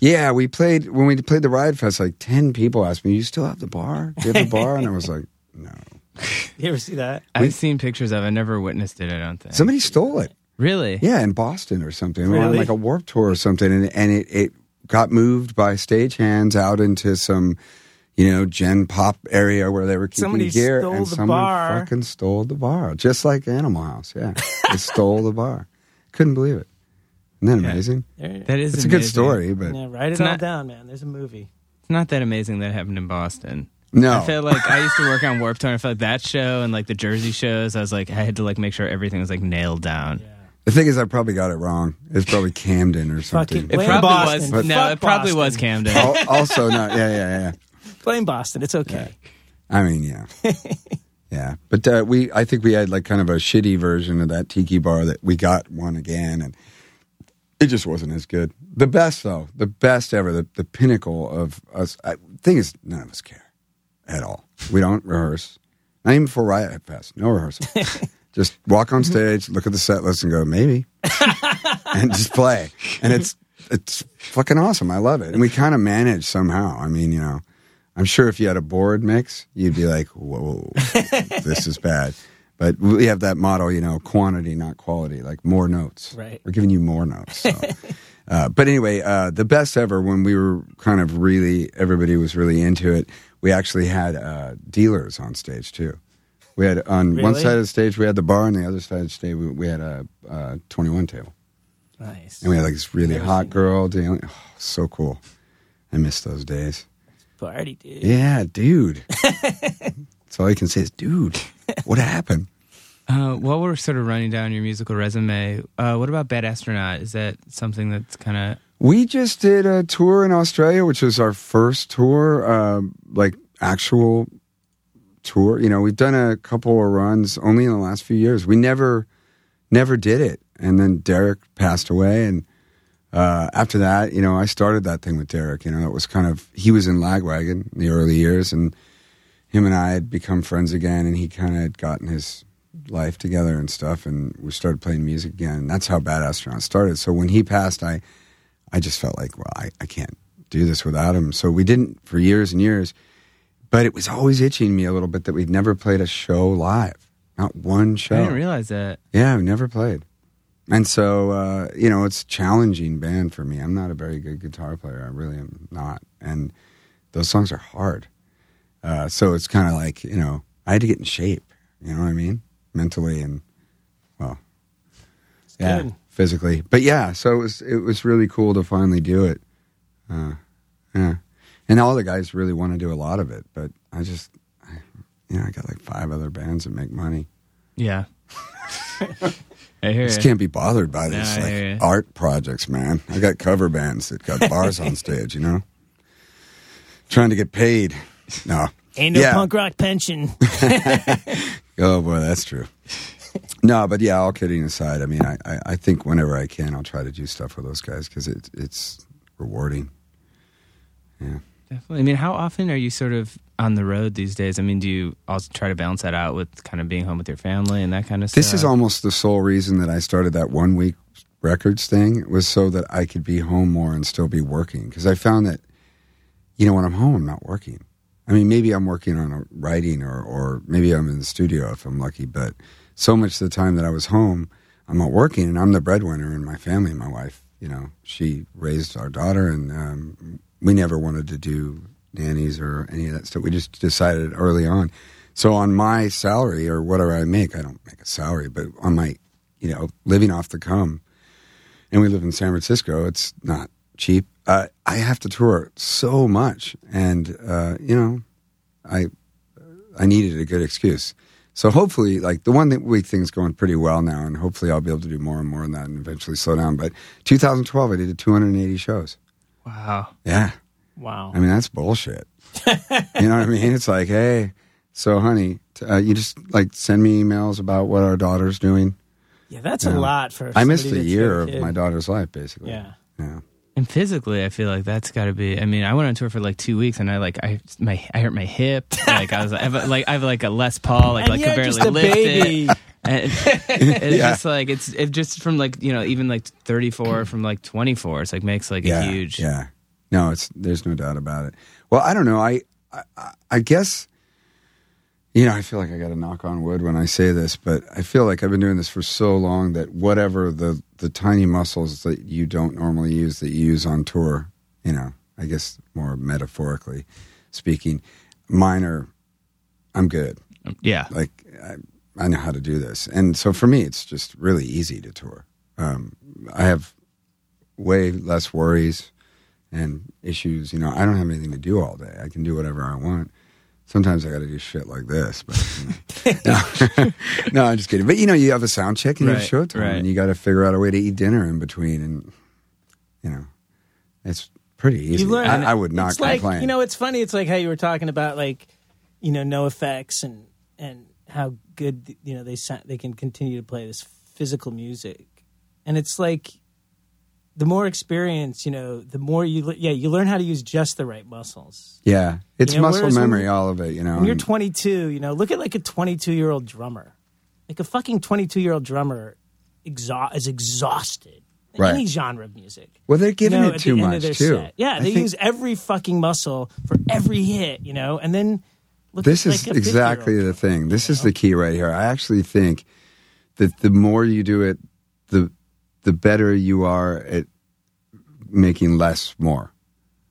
[SPEAKER 4] Yeah, we played when we played the Riot Fest. Like ten people asked me, "You still have the bar? Do you have the bar?" And I was like, "No."
[SPEAKER 3] You ever see that?
[SPEAKER 2] I've seen pictures of. it. I never witnessed it. I don't think.
[SPEAKER 4] Somebody stole it.
[SPEAKER 2] really?
[SPEAKER 4] Yeah, in Boston or something. We were on
[SPEAKER 3] Really?
[SPEAKER 4] like a warp tour or something, and and it, it got moved by stagehands out into some. You know, Gen Pop area where they were keeping
[SPEAKER 3] Somebody
[SPEAKER 4] gear,
[SPEAKER 3] stole
[SPEAKER 4] and
[SPEAKER 3] the
[SPEAKER 4] someone
[SPEAKER 3] bar.
[SPEAKER 4] fucking stole the bar, just like Animal House. Yeah, they stole the bar. Couldn't believe it. Isn't that
[SPEAKER 2] Yeah.
[SPEAKER 4] amazing?
[SPEAKER 3] There-
[SPEAKER 2] That is.
[SPEAKER 4] It's, a good
[SPEAKER 2] amazing.
[SPEAKER 4] story, but
[SPEAKER 3] yeah, write
[SPEAKER 2] It's
[SPEAKER 3] it all
[SPEAKER 2] not-
[SPEAKER 3] down, man. There's a movie.
[SPEAKER 2] It's not that amazing that it happened in Boston.
[SPEAKER 4] no,
[SPEAKER 2] I feel like I used to work on Warped Tour. and I felt like that show and like the Jersey shows. I was like, I had to like make sure everything was like nailed down.
[SPEAKER 3] Yeah.
[SPEAKER 4] The thing is, I probably got it wrong. It's probably Camden or something.
[SPEAKER 3] Fucking-
[SPEAKER 2] It
[SPEAKER 3] Blame
[SPEAKER 2] probably
[SPEAKER 3] Boston.
[SPEAKER 2] was.
[SPEAKER 3] But-
[SPEAKER 2] No,
[SPEAKER 3] Fuck
[SPEAKER 2] it probably was
[SPEAKER 3] Boston.
[SPEAKER 2] Camden.
[SPEAKER 4] Al- also, not yeah, yeah, yeah.
[SPEAKER 3] Blame Boston. It's okay.
[SPEAKER 4] I mean, yeah, yeah. But uh, we, I think we had like kind of a shitty version of that tiki bar that we got one again, and it just wasn't as good. The best though, the best ever, the the pinnacle of us. I, thing is, none of us care at all. We don't rehearse, not even for Riot Fest. No rehearsal. just walk on stage, look at the set list, and go maybe, and just play. And it's it's fucking awesome. I love it. And we kind of manage somehow. I mean, you know. I'm sure if you had a board mix, you'd be like, whoa, this is bad. But we have that model, you know, quantity, not quality, like more notes.
[SPEAKER 3] Right.
[SPEAKER 4] We're giving you more notes. So. uh, but anyway, uh, the best ever when we were kind of really, everybody was really into it, we actually had uh, dealers on stage too. We had on one
[SPEAKER 3] Really?
[SPEAKER 4] side of the stage, we had the bar, and the other side of the stage, we, we had a, a 21 table.
[SPEAKER 3] Nice.
[SPEAKER 4] And we had like this really hot girl dealing. Oh, so cool. I miss those days.
[SPEAKER 3] Party, dude.
[SPEAKER 4] Yeah, dude. That's all you can say is, dude, what happened?
[SPEAKER 2] Uh, while we're sort of running down your musical resume, uh, what about Bad Astronaut? Is that something that's kind of
[SPEAKER 4] We just did a tour in Australia, which was our first tour, um, like actual tour. You know, we've done a couple of runs only in the last few years. We never, never did it. And then Derek passed away. And uh, after that, you know, I started that thing with Derek. You know, it was kind of, he was in Lagwagon in the early years. And him and I had become friends again. And he kind of had gotten his life together and stuff. And we started playing music again. And that's how Bad Astronaut started. So when he passed, I, I just felt like, well, I, I can't do this without him. So we didn't for years and years. But it was always itching me a little bit that we'd never played a show live. Not one show.
[SPEAKER 2] I didn't realize that.
[SPEAKER 4] Yeah, I've never played. And so, uh, you know, it's a challenging band for me. I'm not a very good guitar player. I really am not. And those songs are hard. Uh, so it's kind of like, you know, I had to get in shape. You know what I mean? Mentally and, well, yeah,
[SPEAKER 3] good.
[SPEAKER 4] physically. But yeah, so it was, it was really cool to finally do it. Uh, yeah. And all the guys really want to do a lot of it. But I just, I, you know, I got like five other bands that make money.
[SPEAKER 2] Yeah. I hear
[SPEAKER 4] Just
[SPEAKER 2] it.
[SPEAKER 4] can't be bothered by these
[SPEAKER 2] I
[SPEAKER 4] like,
[SPEAKER 2] hear ya.
[SPEAKER 4] art projects, man. I got cover bands that got bars on stage, you know, trying to get paid. No,
[SPEAKER 3] Ain't no
[SPEAKER 4] Yeah.
[SPEAKER 3] punk rock pension.
[SPEAKER 4] oh boy, that's true. No, but yeah, all kidding aside, I mean, I, I, I think whenever I can, I'll try to do stuff with those guys because it, it's rewarding. Yeah.
[SPEAKER 2] Definitely. I mean, how often are you sort of on the road these days? I mean, do you also try to balance that out with kind of being home with your family and that kind of
[SPEAKER 4] This
[SPEAKER 2] stuff?
[SPEAKER 4] is almost the sole reason that I started that one week records thing was so that I could be home more and still be working because I found that you know when I'm home I'm not working. I mean maybe I'm working on a writing or or maybe I'm in the studio if I'm lucky, but so much of the time that I was home I'm not working and I'm the breadwinner in my family. My wife, you know, she raised our daughter and um, we never wanted to do nannies or any of that stuff. We just decided early on. So on my salary or whatever I make, I don't make a salary, but on my, you know, living off the come, and we live in San Francisco, it's not cheap. Uh, I have to tour so much, and uh, you know, I I needed a good excuse. So hopefully, like the one that week thing's going pretty well now, and hopefully I'll be able to do more and more on that, and eventually slow down. But 2012, I did 280 shows.
[SPEAKER 2] Wow.
[SPEAKER 4] Yeah.
[SPEAKER 3] Wow.
[SPEAKER 4] I mean, that's bullshit. you know what I mean? It's like, hey, so honey, t- uh, you just like send me emails about what our daughter's doing.
[SPEAKER 3] Yeah, that's a
[SPEAKER 4] Yeah.
[SPEAKER 3] lot for.
[SPEAKER 4] I missed a
[SPEAKER 3] somebody that's
[SPEAKER 4] year
[SPEAKER 3] got
[SPEAKER 4] of
[SPEAKER 3] kid.
[SPEAKER 4] my daughter's life, basically.
[SPEAKER 3] Yeah.
[SPEAKER 4] Yeah.
[SPEAKER 2] And physically, I feel like that's got to be. I mean, I went on tour for like two weeks, and I like I my I hurt my hip. Like I was I have a, like I have like a Les Paul, like
[SPEAKER 3] And
[SPEAKER 2] like
[SPEAKER 3] you're
[SPEAKER 2] could barely
[SPEAKER 3] just a
[SPEAKER 2] lift
[SPEAKER 3] baby.
[SPEAKER 2] it. And it's
[SPEAKER 4] Yeah.
[SPEAKER 2] just like it's it just from like you know even like thirty four from like twenty four. It's like makes like
[SPEAKER 4] yeah.
[SPEAKER 2] a huge.
[SPEAKER 4] Yeah. No, it's there's no doubt about it. Well, I don't know. I I, I- I guess you know, I feel like I got to knock on wood when I say this, but I feel like I've been doing this for so long that whatever the the tiny muscles that you don't normally use that you use on tour, you know, I guess more metaphorically speaking, mine are I'm good.
[SPEAKER 2] yeah.
[SPEAKER 4] Like I, I know how to do this, and so for me, it's just really easy to tour. Um, I have way less worries and issues. You know, I don't have anything to do all day. I can do whatever I want. Sometimes I got to do shit like this, but you know. no, no, I'm just kidding. But you know, you have a sound check and you
[SPEAKER 2] Right,
[SPEAKER 4] have show time,
[SPEAKER 2] right.
[SPEAKER 4] and you got to figure out a way to eat dinner in between, and you know, it's pretty easy.
[SPEAKER 3] You learn.
[SPEAKER 4] I, I would not
[SPEAKER 3] it's
[SPEAKER 4] complain.
[SPEAKER 3] Like, you know, it's funny. It's like how you were talking about like, you know, no effects and and how good you know they sa- they can continue to play this physical music, and it's like the more experience, you know, the more you le- yeah you learn how to use just the right muscles.
[SPEAKER 4] yeah, it's
[SPEAKER 3] You know,
[SPEAKER 4] muscle
[SPEAKER 3] whereas when
[SPEAKER 4] memory,
[SPEAKER 3] you-
[SPEAKER 4] all of it. You know,
[SPEAKER 3] When you're
[SPEAKER 4] and-
[SPEAKER 3] 22, you know, look at like a 22 year old drummer, like a fucking 22 year old drummer, exa- is exhausted
[SPEAKER 4] Right.
[SPEAKER 3] any genre of music.
[SPEAKER 4] Well, they're giving
[SPEAKER 3] you know,
[SPEAKER 4] it
[SPEAKER 3] at
[SPEAKER 4] too
[SPEAKER 3] the end
[SPEAKER 4] much
[SPEAKER 3] of their
[SPEAKER 4] too.
[SPEAKER 3] set. Yeah,
[SPEAKER 4] I
[SPEAKER 3] they
[SPEAKER 4] think
[SPEAKER 3] use every fucking muscle for every hit, you know, and then look
[SPEAKER 4] this
[SPEAKER 3] like
[SPEAKER 4] is
[SPEAKER 3] a 50-year-old.
[SPEAKER 4] exactly the thing. This is the key right here. I actually think that the more you do it, the the better you are at making less more.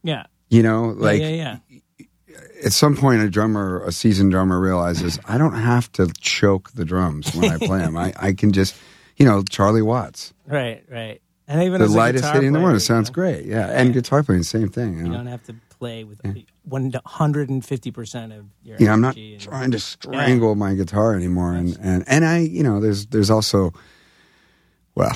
[SPEAKER 3] yeah,
[SPEAKER 4] You know, like
[SPEAKER 3] yeah, yeah, yeah.
[SPEAKER 4] at some point a drummer a seasoned drummer realizes i don't have to choke the drums when i play them I, I can just you know charlie watts
[SPEAKER 3] right, right. And even
[SPEAKER 4] the
[SPEAKER 3] as a
[SPEAKER 4] lightest
[SPEAKER 3] guitar
[SPEAKER 4] hitting in the
[SPEAKER 3] player,
[SPEAKER 4] world it
[SPEAKER 3] you
[SPEAKER 4] sounds
[SPEAKER 3] know,
[SPEAKER 4] great yeah and guitar playing same thing
[SPEAKER 3] You
[SPEAKER 4] you know?
[SPEAKER 3] don't have to play with one hundred and fifty percent of your.
[SPEAKER 4] you know, i'm not
[SPEAKER 3] energy and-
[SPEAKER 4] trying to strangle my guitar anymore and, and and i you know there's there's also well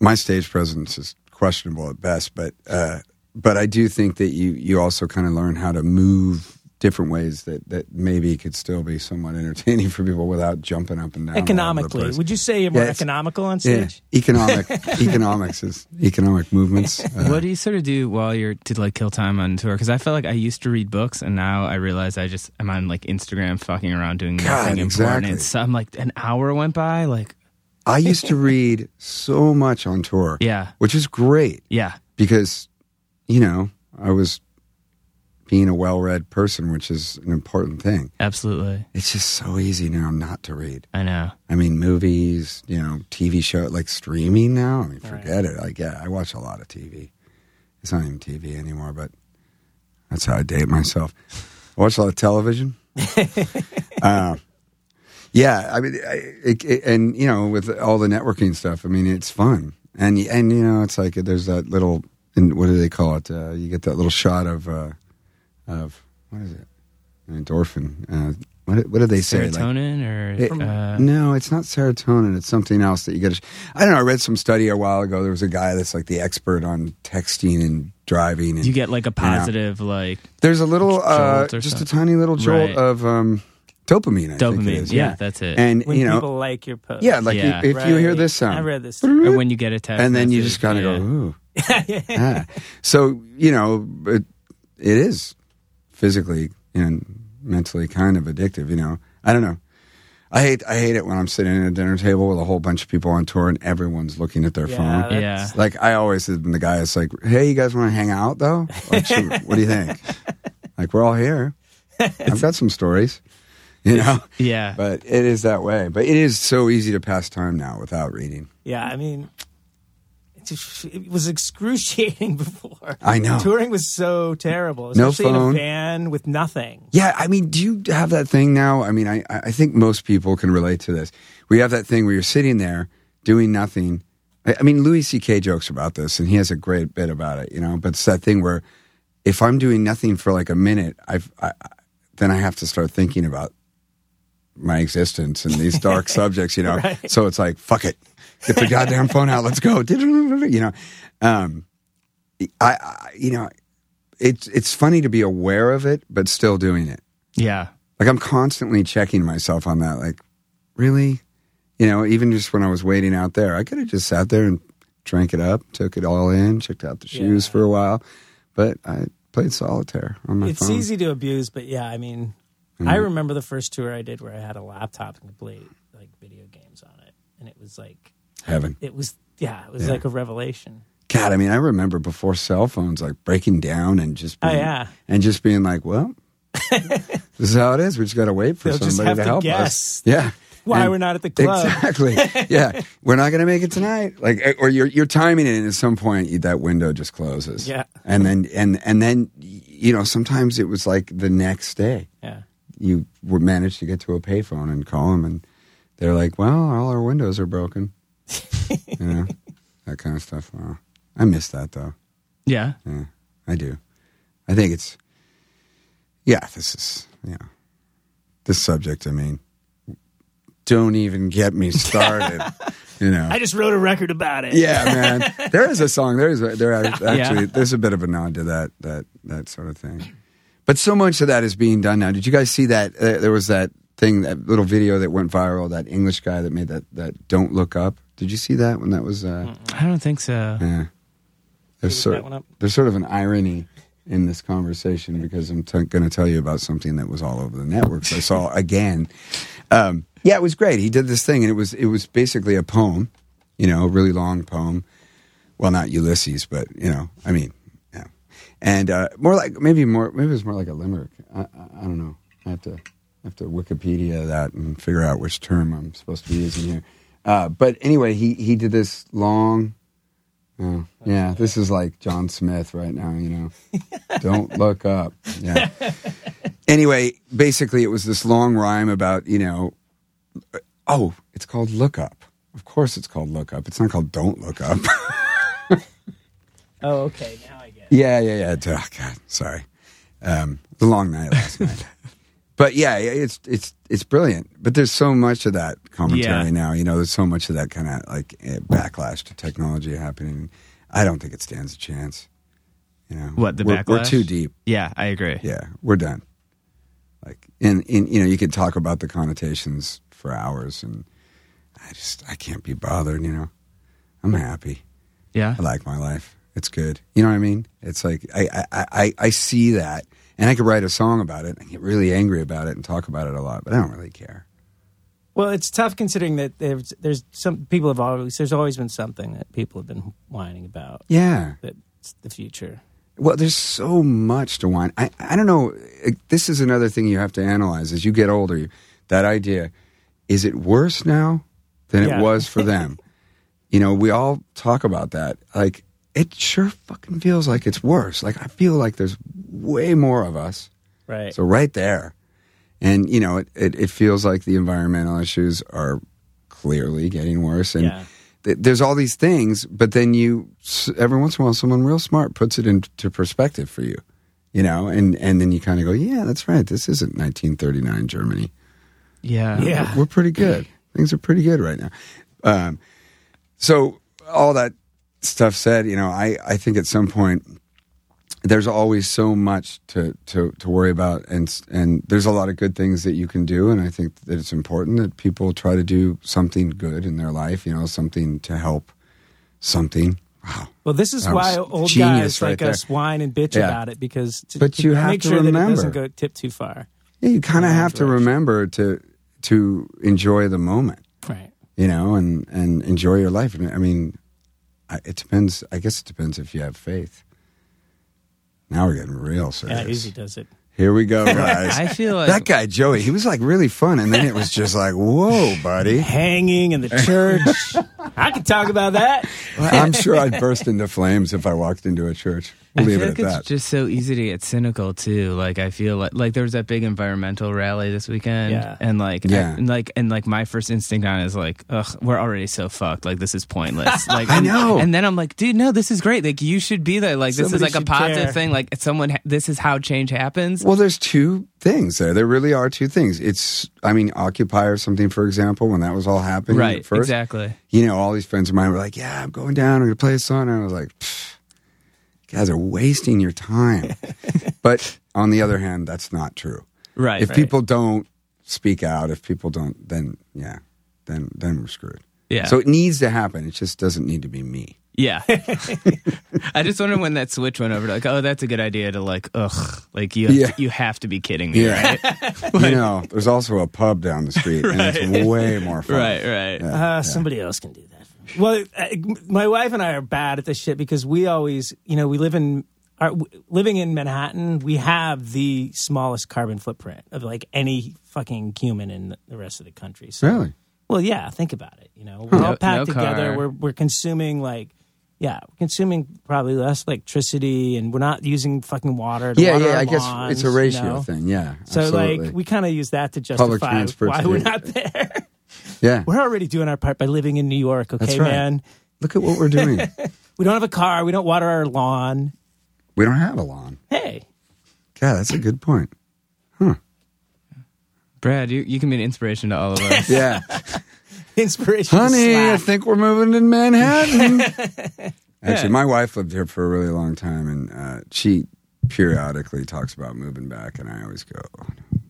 [SPEAKER 4] my stage presence is questionable at best but uh but i do think that you you also kind of learn how to move different ways that that maybe could still be somewhat entertaining for people without jumping up and down all over the
[SPEAKER 3] economically.
[SPEAKER 4] place.
[SPEAKER 3] Would you say you're more
[SPEAKER 4] Yeah, it's-
[SPEAKER 3] economical on stage?
[SPEAKER 4] Yeah, economic economics is economic movements. Uh,
[SPEAKER 2] what do you sort of do while you're to like kill time on tour? Because I felt like I used to read books, and now I realize I just am on like Instagram, fucking around doing nothing important.
[SPEAKER 4] exactly.
[SPEAKER 2] And so I'm like, an hour went by. Like,
[SPEAKER 4] I used to read so much on tour,
[SPEAKER 2] yeah,
[SPEAKER 4] which is great
[SPEAKER 2] yeah,
[SPEAKER 4] because you know I was being a well-read person, which is an important thing.
[SPEAKER 2] absolutely.
[SPEAKER 4] It's just so easy now not to read.
[SPEAKER 2] I know.
[SPEAKER 4] I mean, movies, you know, TV show, like streaming now. I mean, forget it. Like, yeah, I watch a lot of TV. It's not even TV anymore, but that's how I date myself. I watch a lot of television. uh, yeah, I mean, I, it, it, and you know, with all the networking stuff, I mean, it's fun, and and you know, it's like there's that little, and what do they call it? Uh, you get that little shot of, uh, of what is it? An endorphin. Uh, what, what do they say? Like-
[SPEAKER 2] Serotonin
[SPEAKER 4] it-
[SPEAKER 2] or uh,
[SPEAKER 4] no, it's not serotonin. It's something else that you get. I don't know. I read some study a while ago. There was a guy that's like the expert on texting and driving. And
[SPEAKER 2] you get like a positive like
[SPEAKER 4] there's a little, uh,
[SPEAKER 2] Jolt or
[SPEAKER 4] just a
[SPEAKER 2] something.
[SPEAKER 4] tiny little jolt
[SPEAKER 2] Right.
[SPEAKER 4] of um, dopamine. I think it
[SPEAKER 2] dopamine.
[SPEAKER 4] is.
[SPEAKER 2] yeah, that's it.
[SPEAKER 4] and
[SPEAKER 3] When
[SPEAKER 4] you know,
[SPEAKER 3] people like your post,
[SPEAKER 4] yeah, like
[SPEAKER 2] Yeah.
[SPEAKER 4] You, if you hear
[SPEAKER 3] Right.
[SPEAKER 4] this sound,
[SPEAKER 3] I read this.
[SPEAKER 2] or when you get a text,
[SPEAKER 4] and then you just kind of go, ooh. Ah. So, you know, it, it is physically and mentally kind of addictive, you know. I don't know. I hate I hate it when I'm sitting at a dinner table with a whole bunch of people on tour and everyone's looking at their
[SPEAKER 3] Yeah,
[SPEAKER 4] phone.
[SPEAKER 3] that's-
[SPEAKER 2] Yeah.
[SPEAKER 4] Like I always have been the guy that's like, "Hey, you guys want to hang out though? Like, shoot, what do you think?" Like we're all here. I've got some stories, you know.
[SPEAKER 2] Yeah.
[SPEAKER 4] But it is that way. But it is so easy to pass time now without reading.
[SPEAKER 3] Yeah, I mean, it, just, it was excruciating before.
[SPEAKER 4] I know.
[SPEAKER 3] touring was so terrible,
[SPEAKER 4] No
[SPEAKER 3] especially
[SPEAKER 4] phone.
[SPEAKER 3] in a van with nothing.
[SPEAKER 4] Yeah, I mean, do you have that thing now? I mean, I, I I think most people can relate to this. We have that thing where you're sitting there doing nothing. I, I mean, Louis C.K. jokes about this, and he has a great bit about it, you know. But it's that thing where if I'm doing nothing for like a minute, I've, I, I, then I have to start thinking about my existence and these dark subjects, you know. So it's like, fuck it, get the goddamn phone out, let's go, you know. Um, I, I you know, it's it's funny to be aware of it, but still doing it.
[SPEAKER 2] yeah,
[SPEAKER 4] Like I'm constantly checking myself on that. Like, really, you know, even just when I was waiting out there, I could have just sat there and drank it up, took it all in, checked out the shoes for a while, but I played solitaire on my
[SPEAKER 3] It's
[SPEAKER 4] phone. Mm-hmm.
[SPEAKER 3] easy to abuse, but yeah, I mean, I remember the first tour I did where I had a laptop and could play like video games on it, and it was like
[SPEAKER 4] Heaven,
[SPEAKER 3] it was yeah, it was like a revelation.
[SPEAKER 4] God, I mean, I remember before cell phones, like breaking down and just
[SPEAKER 3] Oh,
[SPEAKER 4] being,
[SPEAKER 3] yeah.
[SPEAKER 4] and just being like, well. this is how it is. We just got to wait for
[SPEAKER 3] They'll just
[SPEAKER 4] somebody
[SPEAKER 3] have
[SPEAKER 4] to
[SPEAKER 3] to
[SPEAKER 4] help us.
[SPEAKER 3] guess
[SPEAKER 4] Yeah.
[SPEAKER 3] Why
[SPEAKER 4] And-
[SPEAKER 3] we're not at the club?
[SPEAKER 4] Exactly. yeah, we're not going to make it tonight. Like, eh, or you're you're timing it, and at some point you, that window just closes.
[SPEAKER 3] Yeah.
[SPEAKER 4] and then and and then you know sometimes it was like the next day
[SPEAKER 3] Yeah,
[SPEAKER 4] you were managed to get to a payphone and call them, and they're like, "Well, all our windows are broken," you know, that kind of stuff. Oh, I miss that though.
[SPEAKER 2] yeah.
[SPEAKER 4] Yeah, I do. I think it's yeah. This is yeah. This subject, I mean, don't even get me started. you know.
[SPEAKER 3] I just wrote a record about it.
[SPEAKER 4] yeah, man. There is a song. There is a, there are actually
[SPEAKER 2] Yeah.
[SPEAKER 4] there's a bit of a nod to that that that sort of thing. But so much of that is being done now. Did you guys see that? Uh, there was that thing, that little video that went viral. That English guy that made that that "Don't Look Up." Did you see that when that was? Uh,
[SPEAKER 2] I don't think so.
[SPEAKER 4] yeah. There's
[SPEAKER 3] look that
[SPEAKER 4] sort,
[SPEAKER 3] one up?
[SPEAKER 4] there's sort of an irony in this conversation because I'm t- going to tell you about something that was all over the networks. I saw again. Um, yeah, it was great. He did this thing, and it was it was basically a poem, you know, a really long poem, well, not Ulysses, but you know, I mean, yeah, and uh, more like maybe more maybe it's more like a limerick. I, I, I don't know. I have to I have to Wikipedia that and figure out which term I'm supposed to be using here. Uh, but anyway, he he did this long. Oh, yeah, this is like John Smith right now, you know. Don't look up. Yeah. Anyway, basically, it was this long rhyme about, you know, oh, it's called Look Up. Of course, it's called Look Up. It's not called Don't Look Up.
[SPEAKER 3] Oh, okay. Now I get it.
[SPEAKER 4] Yeah, yeah, yeah. Duh, Oh, God, sorry. Um, the long night last night. But yeah, it's it's it's brilliant. But there's so much of that commentary
[SPEAKER 2] Yeah.
[SPEAKER 4] now. You know, there's so much of that kind of like eh, backlash to technology happening. I don't think it stands a chance. You know,
[SPEAKER 2] What, the
[SPEAKER 4] we're, We're
[SPEAKER 2] backlash?
[SPEAKER 4] too deep.
[SPEAKER 2] Yeah, I agree.
[SPEAKER 4] Yeah, we're done. Like, and in you know, you could talk about the connotations for hours, and I just I can't be bothered. You know, I'm happy.
[SPEAKER 2] Yeah.
[SPEAKER 4] I like my life. It's good. You know what I mean? It's like I I, I- I, I see that, and I could write a song about it. I get really angry about it and talk about it a lot, but I don't really care.
[SPEAKER 3] Well, it's tough considering that there's, there's some people have always there's always been something that people have been whining about
[SPEAKER 4] Yeah.
[SPEAKER 3] that's the future.
[SPEAKER 4] Well, there's so much to want. I I don't know. Uh, This is another thing you have to analyze as you get older. You, that idea is it worse now than
[SPEAKER 3] Yeah.
[SPEAKER 4] it was for them? you know, we all talk about that. Like it sure fucking feels like it's worse. Like I feel like there's way more of us.
[SPEAKER 3] Right.
[SPEAKER 4] So right there. And you know, it, it, it feels like the environmental issues are clearly getting worse and
[SPEAKER 3] Yeah.
[SPEAKER 4] th- there's all these things, but then you s- every once in a while someone real smart puts it into perspective for you. You know, and and then you kind of go, "Yeah, that's right. This isn't 1939 Germany."
[SPEAKER 2] Yeah.
[SPEAKER 3] yeah.
[SPEAKER 4] we're pretty good. Things are pretty good right now. Um, so all that stuff said, you know, I, I think at some point there's always so much to, to, to worry about and s- and there's a lot of good things that you can do and I think that it's important that people try to do something good in their life, you know, something to help something. Wow.
[SPEAKER 3] Well, this is
[SPEAKER 4] That
[SPEAKER 3] why
[SPEAKER 4] was
[SPEAKER 3] old
[SPEAKER 4] genius
[SPEAKER 3] guys
[SPEAKER 4] right
[SPEAKER 3] like
[SPEAKER 4] there.
[SPEAKER 3] us whine and bitch
[SPEAKER 4] Yeah.
[SPEAKER 3] about it because to,
[SPEAKER 4] But
[SPEAKER 3] to
[SPEAKER 4] you have
[SPEAKER 3] make
[SPEAKER 4] to
[SPEAKER 3] sure that it doesn't
[SPEAKER 4] remember.
[SPEAKER 3] go tip too far.
[SPEAKER 4] Yeah, you kind of
[SPEAKER 3] Yeah,
[SPEAKER 4] have to
[SPEAKER 3] direction.
[SPEAKER 4] remember to to enjoy the moment.
[SPEAKER 3] Right.
[SPEAKER 4] you know, and and enjoy your life. And I mean, I, it depends. I guess it depends if you have faith. Now we're getting real
[SPEAKER 3] Yeah,
[SPEAKER 4] serious.
[SPEAKER 3] Easy does it.
[SPEAKER 4] Here we go, guys.
[SPEAKER 2] I feel like
[SPEAKER 4] that guy Joey, he was like really fun, and then it was just like, whoa, buddy.
[SPEAKER 3] Hanging in the church. I could talk about that.
[SPEAKER 4] I'm sure I'd burst into flames if I walked into a church. We'll
[SPEAKER 2] I
[SPEAKER 4] leave
[SPEAKER 2] feel
[SPEAKER 4] it
[SPEAKER 2] like
[SPEAKER 4] at
[SPEAKER 2] it's
[SPEAKER 4] that.
[SPEAKER 2] just so easy to get cynical too. Like I feel like like there was that big environmental rally this weekend,
[SPEAKER 3] Yeah.
[SPEAKER 2] and like
[SPEAKER 4] Yeah.
[SPEAKER 2] I- and like and like my first instinct on it is like, ugh, we're already so fucked. Like this is pointless. Like
[SPEAKER 4] I
[SPEAKER 2] and-
[SPEAKER 4] know.
[SPEAKER 2] And then I'm like, dude, no, this is great. Like you should be there. Like this
[SPEAKER 3] Somebody
[SPEAKER 2] is like a
[SPEAKER 3] should
[SPEAKER 2] positive
[SPEAKER 3] care.
[SPEAKER 2] thing. Like someone, ha- this is how change happens.
[SPEAKER 4] Well, there's two things there. There really are two things. It's, I mean, Occupy or something, for example, when that was all happening
[SPEAKER 2] right.
[SPEAKER 4] at first.
[SPEAKER 2] Exactly.
[SPEAKER 4] you know, all these friends of mine were like, "Yeah, I'm going down. I'm going to play a song." And I was like, "Pfft, "You "Guys are wasting your time." but on the other hand, that's not true.
[SPEAKER 2] Right.
[SPEAKER 4] if
[SPEAKER 2] right.
[SPEAKER 4] people don't speak out, if people don't, then yeah, then then we're screwed.
[SPEAKER 2] Yeah.
[SPEAKER 4] So it needs to happen. It just doesn't need to be me.
[SPEAKER 2] Yeah. I just wonder when that switch went over to like, oh, that's a good idea to like, ugh, like you have
[SPEAKER 4] Yeah.
[SPEAKER 2] you have to be kidding me,
[SPEAKER 4] Yeah.
[SPEAKER 2] right?
[SPEAKER 4] you know, there's also a pub down the street, and it's way more fun.
[SPEAKER 2] right, right.
[SPEAKER 4] Yeah.
[SPEAKER 3] Uh, Somebody else can do that. for me. Well, I, my wife and I are bad at this shit because we always, you know, we live in our, w- living in Manhattan. We have the smallest carbon footprint of like any fucking human in the rest of the country. So,
[SPEAKER 4] Really?
[SPEAKER 3] Well, yeah. Think about it. You know, we're all
[SPEAKER 2] No-
[SPEAKER 3] packed
[SPEAKER 2] no
[SPEAKER 3] together.
[SPEAKER 2] car.
[SPEAKER 3] We're we're consuming like. Yeah, we're consuming probably less electricity, and we're not using fucking water. To
[SPEAKER 4] Yeah,
[SPEAKER 3] water
[SPEAKER 4] yeah.
[SPEAKER 3] our
[SPEAKER 4] I guess
[SPEAKER 3] lawns,
[SPEAKER 4] it's a
[SPEAKER 3] you
[SPEAKER 4] ratio
[SPEAKER 3] know?
[SPEAKER 4] thing. Yeah.
[SPEAKER 3] So,
[SPEAKER 4] absolutely.
[SPEAKER 3] like, we kind of use that to
[SPEAKER 4] Public
[SPEAKER 3] justify why we're
[SPEAKER 4] transportation.
[SPEAKER 3] not there.
[SPEAKER 4] yeah.
[SPEAKER 3] We're already doing our part by living in New York, okay,
[SPEAKER 4] That's right.
[SPEAKER 3] man?
[SPEAKER 4] Look at what we're doing.
[SPEAKER 3] We don't have a car. We don't water our lawn.
[SPEAKER 4] we don't have a lawn.
[SPEAKER 3] Hey.
[SPEAKER 4] Yeah, that's a good point.
[SPEAKER 2] Brad, you, you can be an inspiration to all of us.
[SPEAKER 4] Yeah.
[SPEAKER 3] Inspiration.
[SPEAKER 4] Honey, I
[SPEAKER 3] slap.
[SPEAKER 4] think we're moving to Manhattan. Actually, my wife lived here for a really long time, and uh, she periodically talks about moving back, and I always go, oh, no.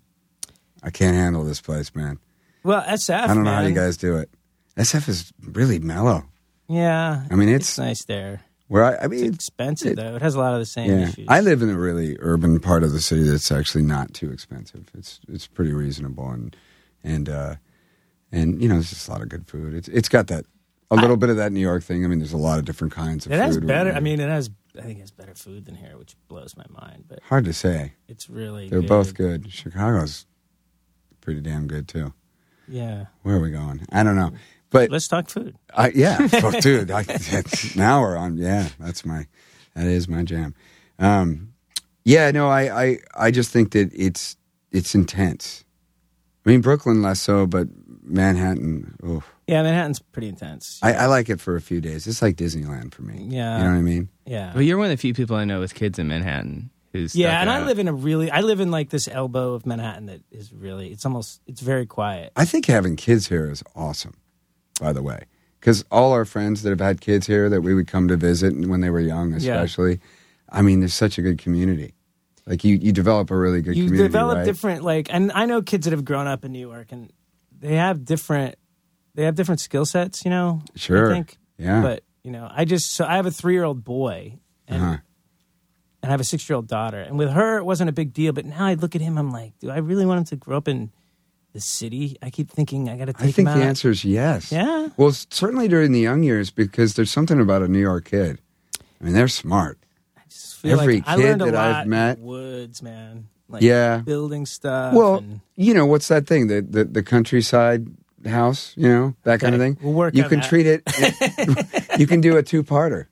[SPEAKER 4] I can't handle this place, man.
[SPEAKER 3] Well, SF.
[SPEAKER 4] I don't know how you
[SPEAKER 3] man.
[SPEAKER 4] guys do it. SF is really mellow.
[SPEAKER 3] Yeah.
[SPEAKER 4] I mean, it's
[SPEAKER 3] nice there.
[SPEAKER 4] where I, I mean,
[SPEAKER 3] It's
[SPEAKER 4] it's,
[SPEAKER 3] expensive, though. It has a lot of the same
[SPEAKER 4] yeah.
[SPEAKER 3] issues.
[SPEAKER 4] I live in a really urban part of the city that's actually not too expensive. It's it's pretty reasonable, and and uh, and you know, there's just a lot of good food. It's it's got that a little bit of that New York thing. I mean, there's a lot of different kinds of
[SPEAKER 3] It has
[SPEAKER 4] food.
[SPEAKER 3] better. I mean, it has. I think it has better food than here, which blows my mind. But
[SPEAKER 4] hard to say.
[SPEAKER 3] it's really.
[SPEAKER 4] They're
[SPEAKER 3] good.
[SPEAKER 4] both good. Chicago's pretty damn good too.
[SPEAKER 3] Yeah.
[SPEAKER 4] Where are we going? I don't know, but
[SPEAKER 3] Let's talk food.
[SPEAKER 4] I, Uh, yeah, fuck, dude. I, now we're on. Yeah, that's my, that is my jam. Um, yeah, no, I, I, I just think that it's it's intense. I mean, Brooklyn less so, but Manhattan. Oof.
[SPEAKER 3] Yeah, Manhattan's pretty intense.
[SPEAKER 4] I, I like it for a few days. It's like Disneyland for me.
[SPEAKER 3] Yeah.
[SPEAKER 4] you know what I mean.
[SPEAKER 3] yeah.
[SPEAKER 2] But you're one of the few people I know with kids in Manhattan who's
[SPEAKER 3] Yeah, and I live in a really. I live in like this elbow of Manhattan that is really. It's almost. It's very quiet.
[SPEAKER 4] I think having kids here is awesome. By the way, because all our friends that have had kids here that we would come to visit and when they were young, especially. I mean, there's such a good community. Like you, you develop a really good
[SPEAKER 3] You
[SPEAKER 4] community.
[SPEAKER 3] develop
[SPEAKER 4] right?
[SPEAKER 3] different like, and I know kids that have grown up in New York, and they have different. They have different skill sets, you know.
[SPEAKER 4] Sure.
[SPEAKER 3] I think.
[SPEAKER 4] Yeah.
[SPEAKER 3] But you know, I just so I have a three-year-old boy, and
[SPEAKER 4] Uh-huh.
[SPEAKER 3] and I have a six-year-old daughter, and with her it wasn't a big deal. But now I look at him, I'm like, do I really want him to grow up in the city? I keep thinking I got to take
[SPEAKER 4] I think
[SPEAKER 3] him out.
[SPEAKER 4] the answer is yes.
[SPEAKER 3] Yeah.
[SPEAKER 4] Well, s- certainly during the young years, because there's something about a New York kid. I mean, they're smart.
[SPEAKER 3] I just feel
[SPEAKER 4] every
[SPEAKER 3] like I
[SPEAKER 4] kid
[SPEAKER 3] learned a
[SPEAKER 4] that
[SPEAKER 3] lot
[SPEAKER 4] I've
[SPEAKER 3] in
[SPEAKER 4] met-
[SPEAKER 3] the woods, man. Like
[SPEAKER 4] Yeah.
[SPEAKER 3] building stuff.
[SPEAKER 4] Well,
[SPEAKER 3] and-
[SPEAKER 4] you know what's that thing? The the, the countryside house, you know that kind of
[SPEAKER 3] Okay,
[SPEAKER 4] thing.
[SPEAKER 3] we'll work
[SPEAKER 4] you
[SPEAKER 3] on
[SPEAKER 4] can
[SPEAKER 3] that.
[SPEAKER 4] treat it. you can do a two parter.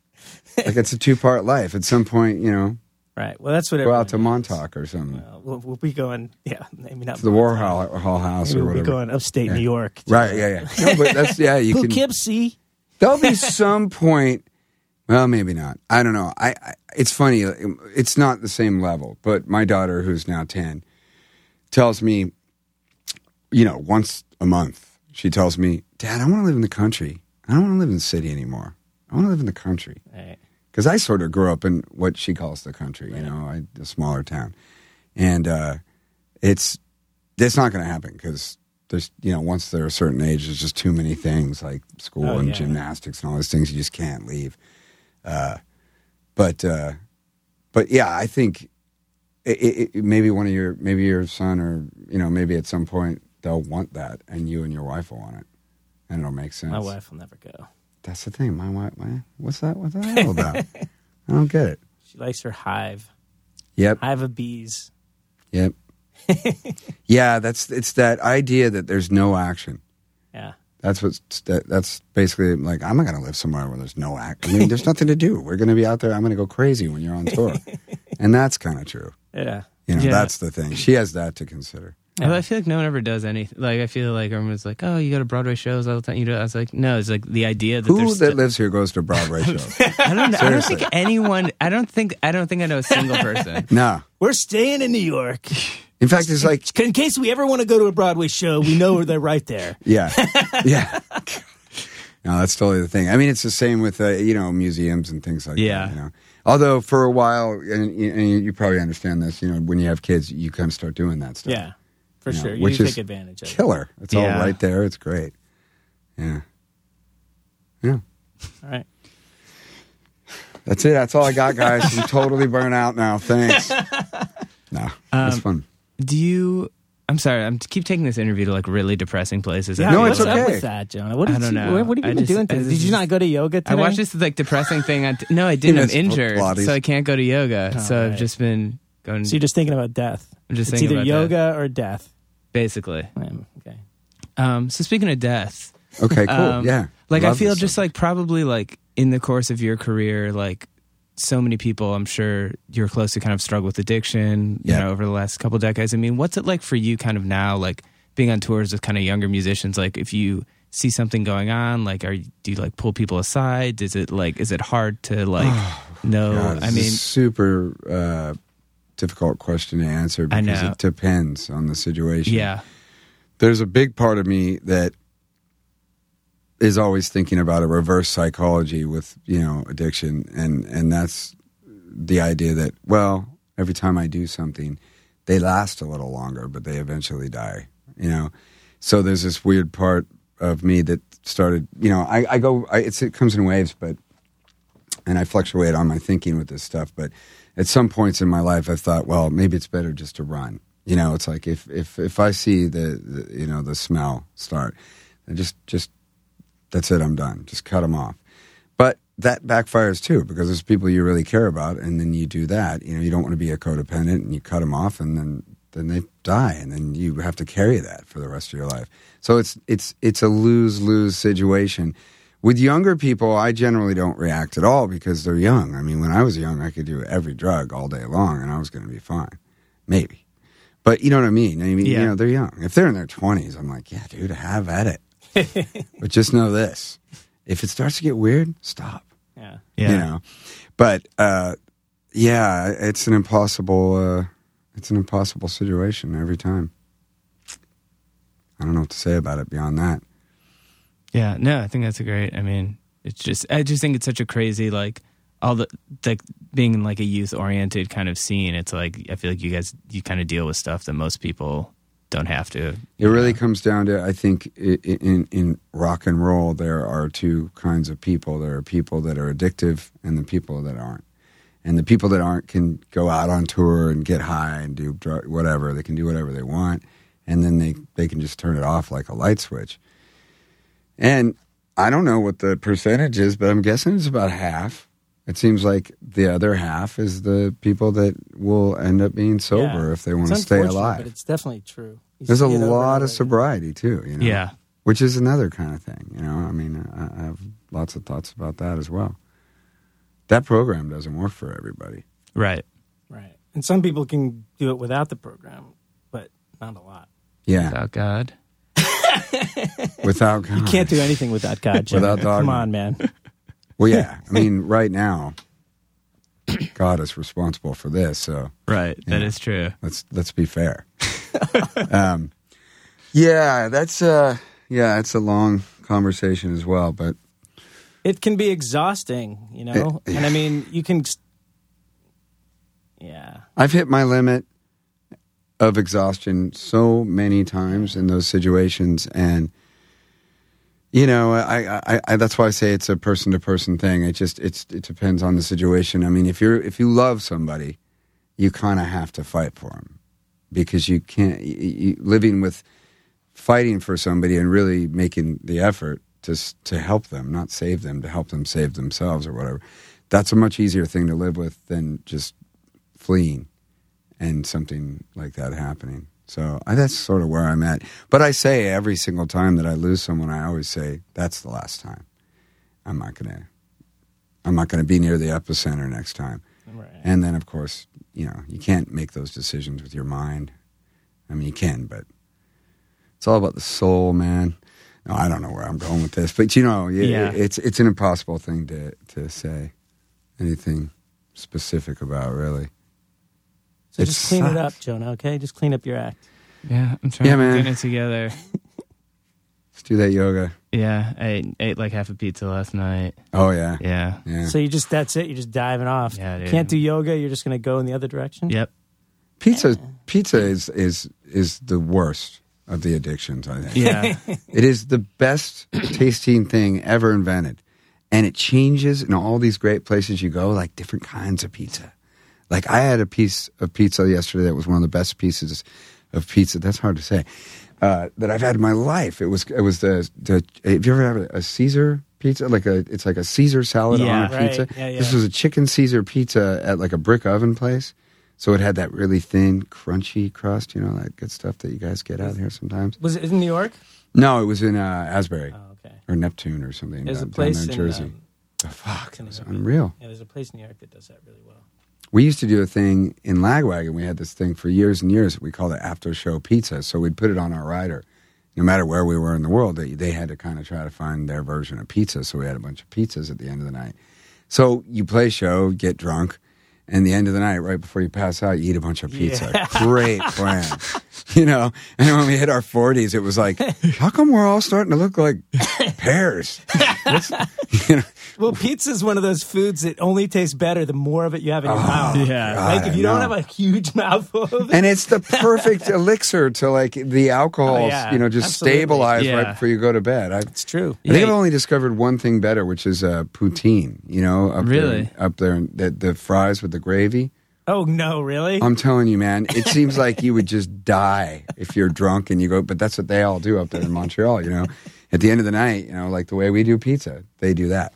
[SPEAKER 4] Like it's a two part life. At some point, you know,
[SPEAKER 3] right. Well, that's what.
[SPEAKER 4] go out to
[SPEAKER 3] everyone does.
[SPEAKER 4] Montauk or something.
[SPEAKER 3] Well, we'll, we'll be going. Yeah, maybe not
[SPEAKER 4] to the
[SPEAKER 3] Montauk.
[SPEAKER 4] Warhol Hall House
[SPEAKER 3] Maybe
[SPEAKER 4] or
[SPEAKER 3] We'll be
[SPEAKER 4] whatever.
[SPEAKER 3] going upstate New York.
[SPEAKER 4] Right? Yeah, yeah. No, but that's yeah. You can.
[SPEAKER 3] Poughkeepsie.
[SPEAKER 4] There'll be some point. Well, maybe not. I don't know. I, I it's funny. It's not the same level. But my daughter, who's now ten, tells me, you know, once a month, she tells me, "Dad, I want to live in the country. I don't want to live in the city anymore. I want to live in the country."
[SPEAKER 3] Right.
[SPEAKER 4] because I sort of grew up in what she calls the country, you know, I, a smaller town, and uh, it's that's not going to happen because there's you know once they're a certain age, there's just too many things like school
[SPEAKER 3] Oh,
[SPEAKER 4] and
[SPEAKER 3] yeah.
[SPEAKER 4] gymnastics and all those things you just can't leave. Uh, but uh, but yeah, I think it, it, it- maybe one of your maybe your son or you know maybe at some point they'll want that, and you and your wife will want it, and it'll make sense.
[SPEAKER 3] My wife will never go.
[SPEAKER 4] That's the thing. My wife. My, what's that? What's that all about? I don't get it.
[SPEAKER 3] She likes her hive.
[SPEAKER 4] Yep.
[SPEAKER 3] Hive of bees.
[SPEAKER 4] Yep. yeah, that's it's that idea that there's no action.
[SPEAKER 3] Yeah.
[SPEAKER 4] That's what's that, that's basically like I'm not going to live somewhere where there's no act. I mean, there's nothing to do. We're going to be out there. I'm going to go crazy when you're on tour, and that's kind of true.
[SPEAKER 3] Yeah.
[SPEAKER 4] You know,
[SPEAKER 2] Yeah.
[SPEAKER 4] that's the thing. She has that to consider.
[SPEAKER 2] Well, I feel like no one ever does anything. Like I feel like everyone's like, "Oh, you go to Broadway shows all the time." You know, I was like, "No, it's like the idea that
[SPEAKER 4] Who that
[SPEAKER 2] there's st-
[SPEAKER 4] lives here goes to Broadway shows?
[SPEAKER 2] I don't know. I don't
[SPEAKER 4] Seriously.
[SPEAKER 2] think anyone. I don't think. I don't think I know a single person.
[SPEAKER 4] nah.
[SPEAKER 3] We're staying in New York.
[SPEAKER 4] In fact, it's like
[SPEAKER 3] In case we ever want to go to a Broadway show, we know they're right there.
[SPEAKER 4] Yeah. Yeah. No, that's totally the thing. I mean, it's the same with uh, you know museums and things like
[SPEAKER 2] Yeah.
[SPEAKER 4] that. You know? Although for a while, and, and you probably understand this, you know, when you have kids, you kind of start doing that stuff.
[SPEAKER 3] Yeah. For
[SPEAKER 4] Yeah,
[SPEAKER 3] sure. You
[SPEAKER 4] which
[SPEAKER 3] do
[SPEAKER 4] is
[SPEAKER 3] take advantage of it.
[SPEAKER 4] killer. It's all
[SPEAKER 2] Yeah.
[SPEAKER 4] right there. It's great. Yeah, yeah.
[SPEAKER 3] All right.
[SPEAKER 4] That's it. That's all I got, guys. I'm totally burnt out now. Thanks. No, that's
[SPEAKER 2] Um,
[SPEAKER 4] fun.
[SPEAKER 2] Do you? I'm sorry. I'm keep taking this interview to like really depressing places. I
[SPEAKER 3] Yeah,
[SPEAKER 4] No,
[SPEAKER 2] feel
[SPEAKER 4] it's
[SPEAKER 3] what's
[SPEAKER 2] like-
[SPEAKER 3] up
[SPEAKER 4] okay.
[SPEAKER 3] with that, Jonah? What
[SPEAKER 2] I
[SPEAKER 3] did
[SPEAKER 2] don't
[SPEAKER 3] you,
[SPEAKER 2] know.
[SPEAKER 3] What have you
[SPEAKER 2] I
[SPEAKER 3] been
[SPEAKER 2] just-
[SPEAKER 3] doing
[SPEAKER 2] I
[SPEAKER 3] today? Did you
[SPEAKER 2] just-
[SPEAKER 3] not go to yoga today?
[SPEAKER 2] I watched this like depressing thing. On t- no, I didn't. I'm
[SPEAKER 4] missed
[SPEAKER 2] injured,
[SPEAKER 4] Pilates.
[SPEAKER 2] so I can't go to yoga. so
[SPEAKER 3] Oh, right.
[SPEAKER 2] I've just been going.
[SPEAKER 3] So you're just thinking about death.
[SPEAKER 2] I'm just
[SPEAKER 3] it's
[SPEAKER 2] thinking
[SPEAKER 3] either
[SPEAKER 2] about
[SPEAKER 3] yoga
[SPEAKER 2] death.
[SPEAKER 3] or death.
[SPEAKER 2] basically.
[SPEAKER 3] Um, Okay.
[SPEAKER 2] Um, so speaking of death,
[SPEAKER 4] Okay, cool.
[SPEAKER 2] um,
[SPEAKER 4] yeah.
[SPEAKER 2] like I
[SPEAKER 4] Love
[SPEAKER 2] feel
[SPEAKER 4] this
[SPEAKER 2] just
[SPEAKER 4] stuff.
[SPEAKER 2] like probably like in the course of your career, like so many people, I'm sure you're close to kind of struggle with addiction. You
[SPEAKER 4] Yeah.
[SPEAKER 2] know, over the last couple decades. I mean, what's it like for you, kind of now, like being on tours with kind of younger musicians? Like, if you see something going on, like, are you- do you like pull people aside? Is it like is it hard to like know?
[SPEAKER 4] God, this
[SPEAKER 2] Uh, I
[SPEAKER 4] is
[SPEAKER 2] mean,
[SPEAKER 4] super uh, difficult question to answer
[SPEAKER 2] I
[SPEAKER 4] because
[SPEAKER 2] know.
[SPEAKER 4] it depends on the situation.
[SPEAKER 2] yeah,
[SPEAKER 4] there's a big part of me that is always thinking about a reverse psychology with you know addiction and and that's the idea that well every time i do something they last a little longer but they eventually die you know so there's this weird part of me that started you know i, I go I, it's, it comes in waves but and i fluctuate on my thinking with this stuff but at some points in my life i've thought well maybe it's better just to run you know it's like if if if i see the, the you know the smell start then just just That's it. I'm done. Just cut them off. But that backfires too because there's people you really care about, and then you do that. You know, you don't want to be a codependent, and you cut them off, and then then they die, and then you have to carry that for the rest of your life. So it's it's it's a lose lose situation. With younger people, I generally don't react at all because they're young. I mean, when I was young, I could do every drug all day long, and I was going to be fine, maybe. But you know what I mean? I mean,
[SPEAKER 2] Yeah.
[SPEAKER 4] you know, they're young. If they're in their twenties, I'm like, yeah, dude, have at it. but just know this: if it starts to get weird, stop
[SPEAKER 3] Yeah.
[SPEAKER 2] Yeah.
[SPEAKER 4] you know but uh yeah it's an impossible uh it's an impossible situation every time i don't know what to say about it beyond that
[SPEAKER 2] Yeah, no, I think that's a great. I mean, it's just I just think it's such a crazy like all the like being in like a youth oriented kind of scene. It's like I feel like you guys you kind of deal with stuff that most people don't have to.
[SPEAKER 4] it really comes down to i think i- i- in in rock and roll there are two kinds of people there are people that are addictive and the people that aren't and the people that aren't can go out on tour and get high and do drug, whatever they can do whatever they want and then they they can just turn it off like a light switch And I don't know what the percentage is, but I'm guessing it's about half. It seems like the other half is the people that will end up being sober
[SPEAKER 3] Yeah.
[SPEAKER 4] if they want to
[SPEAKER 3] It's
[SPEAKER 4] stay
[SPEAKER 3] unfortunate,
[SPEAKER 4] alive.
[SPEAKER 3] But it's definitely true. You
[SPEAKER 4] There's a
[SPEAKER 3] see it over and
[SPEAKER 4] lot
[SPEAKER 3] over
[SPEAKER 4] of
[SPEAKER 3] again.
[SPEAKER 4] sobriety too, you know.
[SPEAKER 2] Yeah,
[SPEAKER 4] Which is another kind of thing, you know. I mean, I, I have lots of thoughts about that as well. That program doesn't work for everybody.
[SPEAKER 2] right.
[SPEAKER 3] Right. And some people can do it without the program, but not a lot.
[SPEAKER 4] Yeah,
[SPEAKER 2] Oh God,
[SPEAKER 4] without
[SPEAKER 3] You can't do anything without God. Jim.
[SPEAKER 4] Without dogma.
[SPEAKER 3] Come on, man.
[SPEAKER 4] Well, yeah. I mean, right now, God is responsible for this, so
[SPEAKER 2] right. That
[SPEAKER 4] Yeah.
[SPEAKER 2] is true.
[SPEAKER 4] let's let's be fair. um, yeah, that's uh yeah, it's a long conversation as well, but
[SPEAKER 3] It can be exhausting, you know? And I mean, you can. Yeah.
[SPEAKER 4] I've hit my limit of exhaustion so many times in those situations and you know, I, I, I that's why I say it's a person to person thing. It just it's it depends on the situation. I mean, if you're if you love somebody, you kind of have to fight for them because you can't you, you, living with fighting for somebody and really making the effort to s- to help them, not save them, to help them save themselves or whatever. That's a much easier thing to live with than just fleeing and something like that happening. So I, that's sort of where I'm at. But I say every single time that I lose someone, I always say that's the last time. I'm not gonna, I'm not gonna be near the epicenter next time.
[SPEAKER 3] Right.
[SPEAKER 4] And then, of course, you know, you can't make those decisions with your mind. I mean, you can, but it's all about the soul, man. No, I don't know where I'm going with this, but you know, yeah,
[SPEAKER 2] Yeah.
[SPEAKER 4] it's it's an impossible thing to to say anything specific about, really.
[SPEAKER 3] So
[SPEAKER 4] It
[SPEAKER 3] just clean it
[SPEAKER 4] sucks.
[SPEAKER 3] up, Jonah, okay? Just clean up your act.
[SPEAKER 2] Yeah, I'm trying
[SPEAKER 4] Yeah,
[SPEAKER 2] to
[SPEAKER 4] man.
[SPEAKER 2] get it together.
[SPEAKER 4] Let's do that yoga.
[SPEAKER 2] Yeah, I ate like half a pizza last night.
[SPEAKER 4] Oh yeah,
[SPEAKER 2] Yeah.
[SPEAKER 4] yeah.
[SPEAKER 3] So you just, that's it. You're just diving off.
[SPEAKER 2] Yeah, dude.
[SPEAKER 3] Can't do yoga. You're just going to go in the other direction.
[SPEAKER 2] Yep.
[SPEAKER 4] pizza, pizza is is is the worst of the addictions. I think
[SPEAKER 2] Yeah.
[SPEAKER 4] it is the best tasting thing ever invented, and it changes in all these great places you go, like different kinds of pizza. Like I had a piece of pizza yesterday that was one of the best pieces of pizza. That's hard to say. Uh, that I've had in my life. It was it was the, the have you ever had a, a Caesar pizza? Like a it's like a Caesar salad
[SPEAKER 2] Yeah.
[SPEAKER 4] on a
[SPEAKER 3] Right.
[SPEAKER 4] pizza.
[SPEAKER 3] Yeah, yeah.
[SPEAKER 4] This was a chicken Caesar pizza at like a brick oven place. So it had that really thin, crunchy crust, you know, that good stuff that you guys get out here sometimes.
[SPEAKER 3] Was it in New York?
[SPEAKER 4] No, it was in uh, Asbury
[SPEAKER 3] Oh, okay.
[SPEAKER 4] or Neptune or something.
[SPEAKER 3] There's a
[SPEAKER 4] down, down
[SPEAKER 3] place
[SPEAKER 4] there in
[SPEAKER 3] in,
[SPEAKER 4] Jersey.
[SPEAKER 3] um,
[SPEAKER 4] oh, fuck,
[SPEAKER 3] in
[SPEAKER 4] it was
[SPEAKER 3] New York.
[SPEAKER 4] unreal.
[SPEAKER 3] Yeah, there's a place in New York that does that really well.
[SPEAKER 4] We used to do a thing in Lagwagon. We had this thing for years and years. We called it after show pizza. So we'd put it on our rider. No matter where we were in the world, they, they had to kind of try to find their version of pizza. So we had a bunch of pizzas at the end of the night. So you play show, get drunk, and the end of the night, right before you pass out, you eat a bunch of pizza. Great plan. You know, and when we hit our 40s, it was like, how come we're all starting to look like pears? What's- you know,
[SPEAKER 3] Well, pizza is one of those foods that only tastes better the more of it you have in your mouth.
[SPEAKER 2] yeah.
[SPEAKER 4] God,
[SPEAKER 3] like
[SPEAKER 4] I
[SPEAKER 3] if you don't
[SPEAKER 4] know.
[SPEAKER 3] have a huge mouthful of it,
[SPEAKER 4] and it's the perfect elixir to like the alcohol,
[SPEAKER 3] Oh, yeah.
[SPEAKER 4] you know, just
[SPEAKER 3] Absolutely.
[SPEAKER 4] stabilize right
[SPEAKER 2] Yeah.
[SPEAKER 4] before you go to bed. I, I
[SPEAKER 3] it's true.
[SPEAKER 4] think
[SPEAKER 2] Yeah.
[SPEAKER 4] I've only discovered one thing better, which is uh, poutine. You know, up
[SPEAKER 2] Really?
[SPEAKER 4] there, up there, and the, the fries with the gravy.
[SPEAKER 3] Oh no, really?
[SPEAKER 4] I'm telling you, man, it seems like you would just die if you're drunk and you go. But that's what they all do up there in Montreal. You know, at the end of the night, you know, like the way we do pizza, they do that.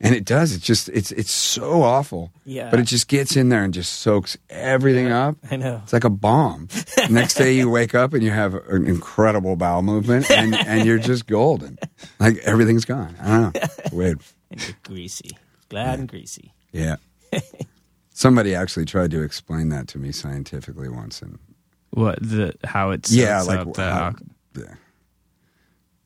[SPEAKER 4] And it does. It's just it's it's so awful.
[SPEAKER 3] Yeah.
[SPEAKER 4] But it just gets in there and just soaks everything up.
[SPEAKER 3] I know.
[SPEAKER 4] It's like a bomb. Next day you wake up and you have an incredible bowel movement and, and you're just golden. Like everything's gone. I don't know. It's weird.
[SPEAKER 3] And you're greasy, glad and greasy.
[SPEAKER 4] Yeah. Somebody actually tried to explain that to me scientifically once and
[SPEAKER 2] What the how it's
[SPEAKER 4] yeah, like
[SPEAKER 2] up the,
[SPEAKER 4] how- yeah.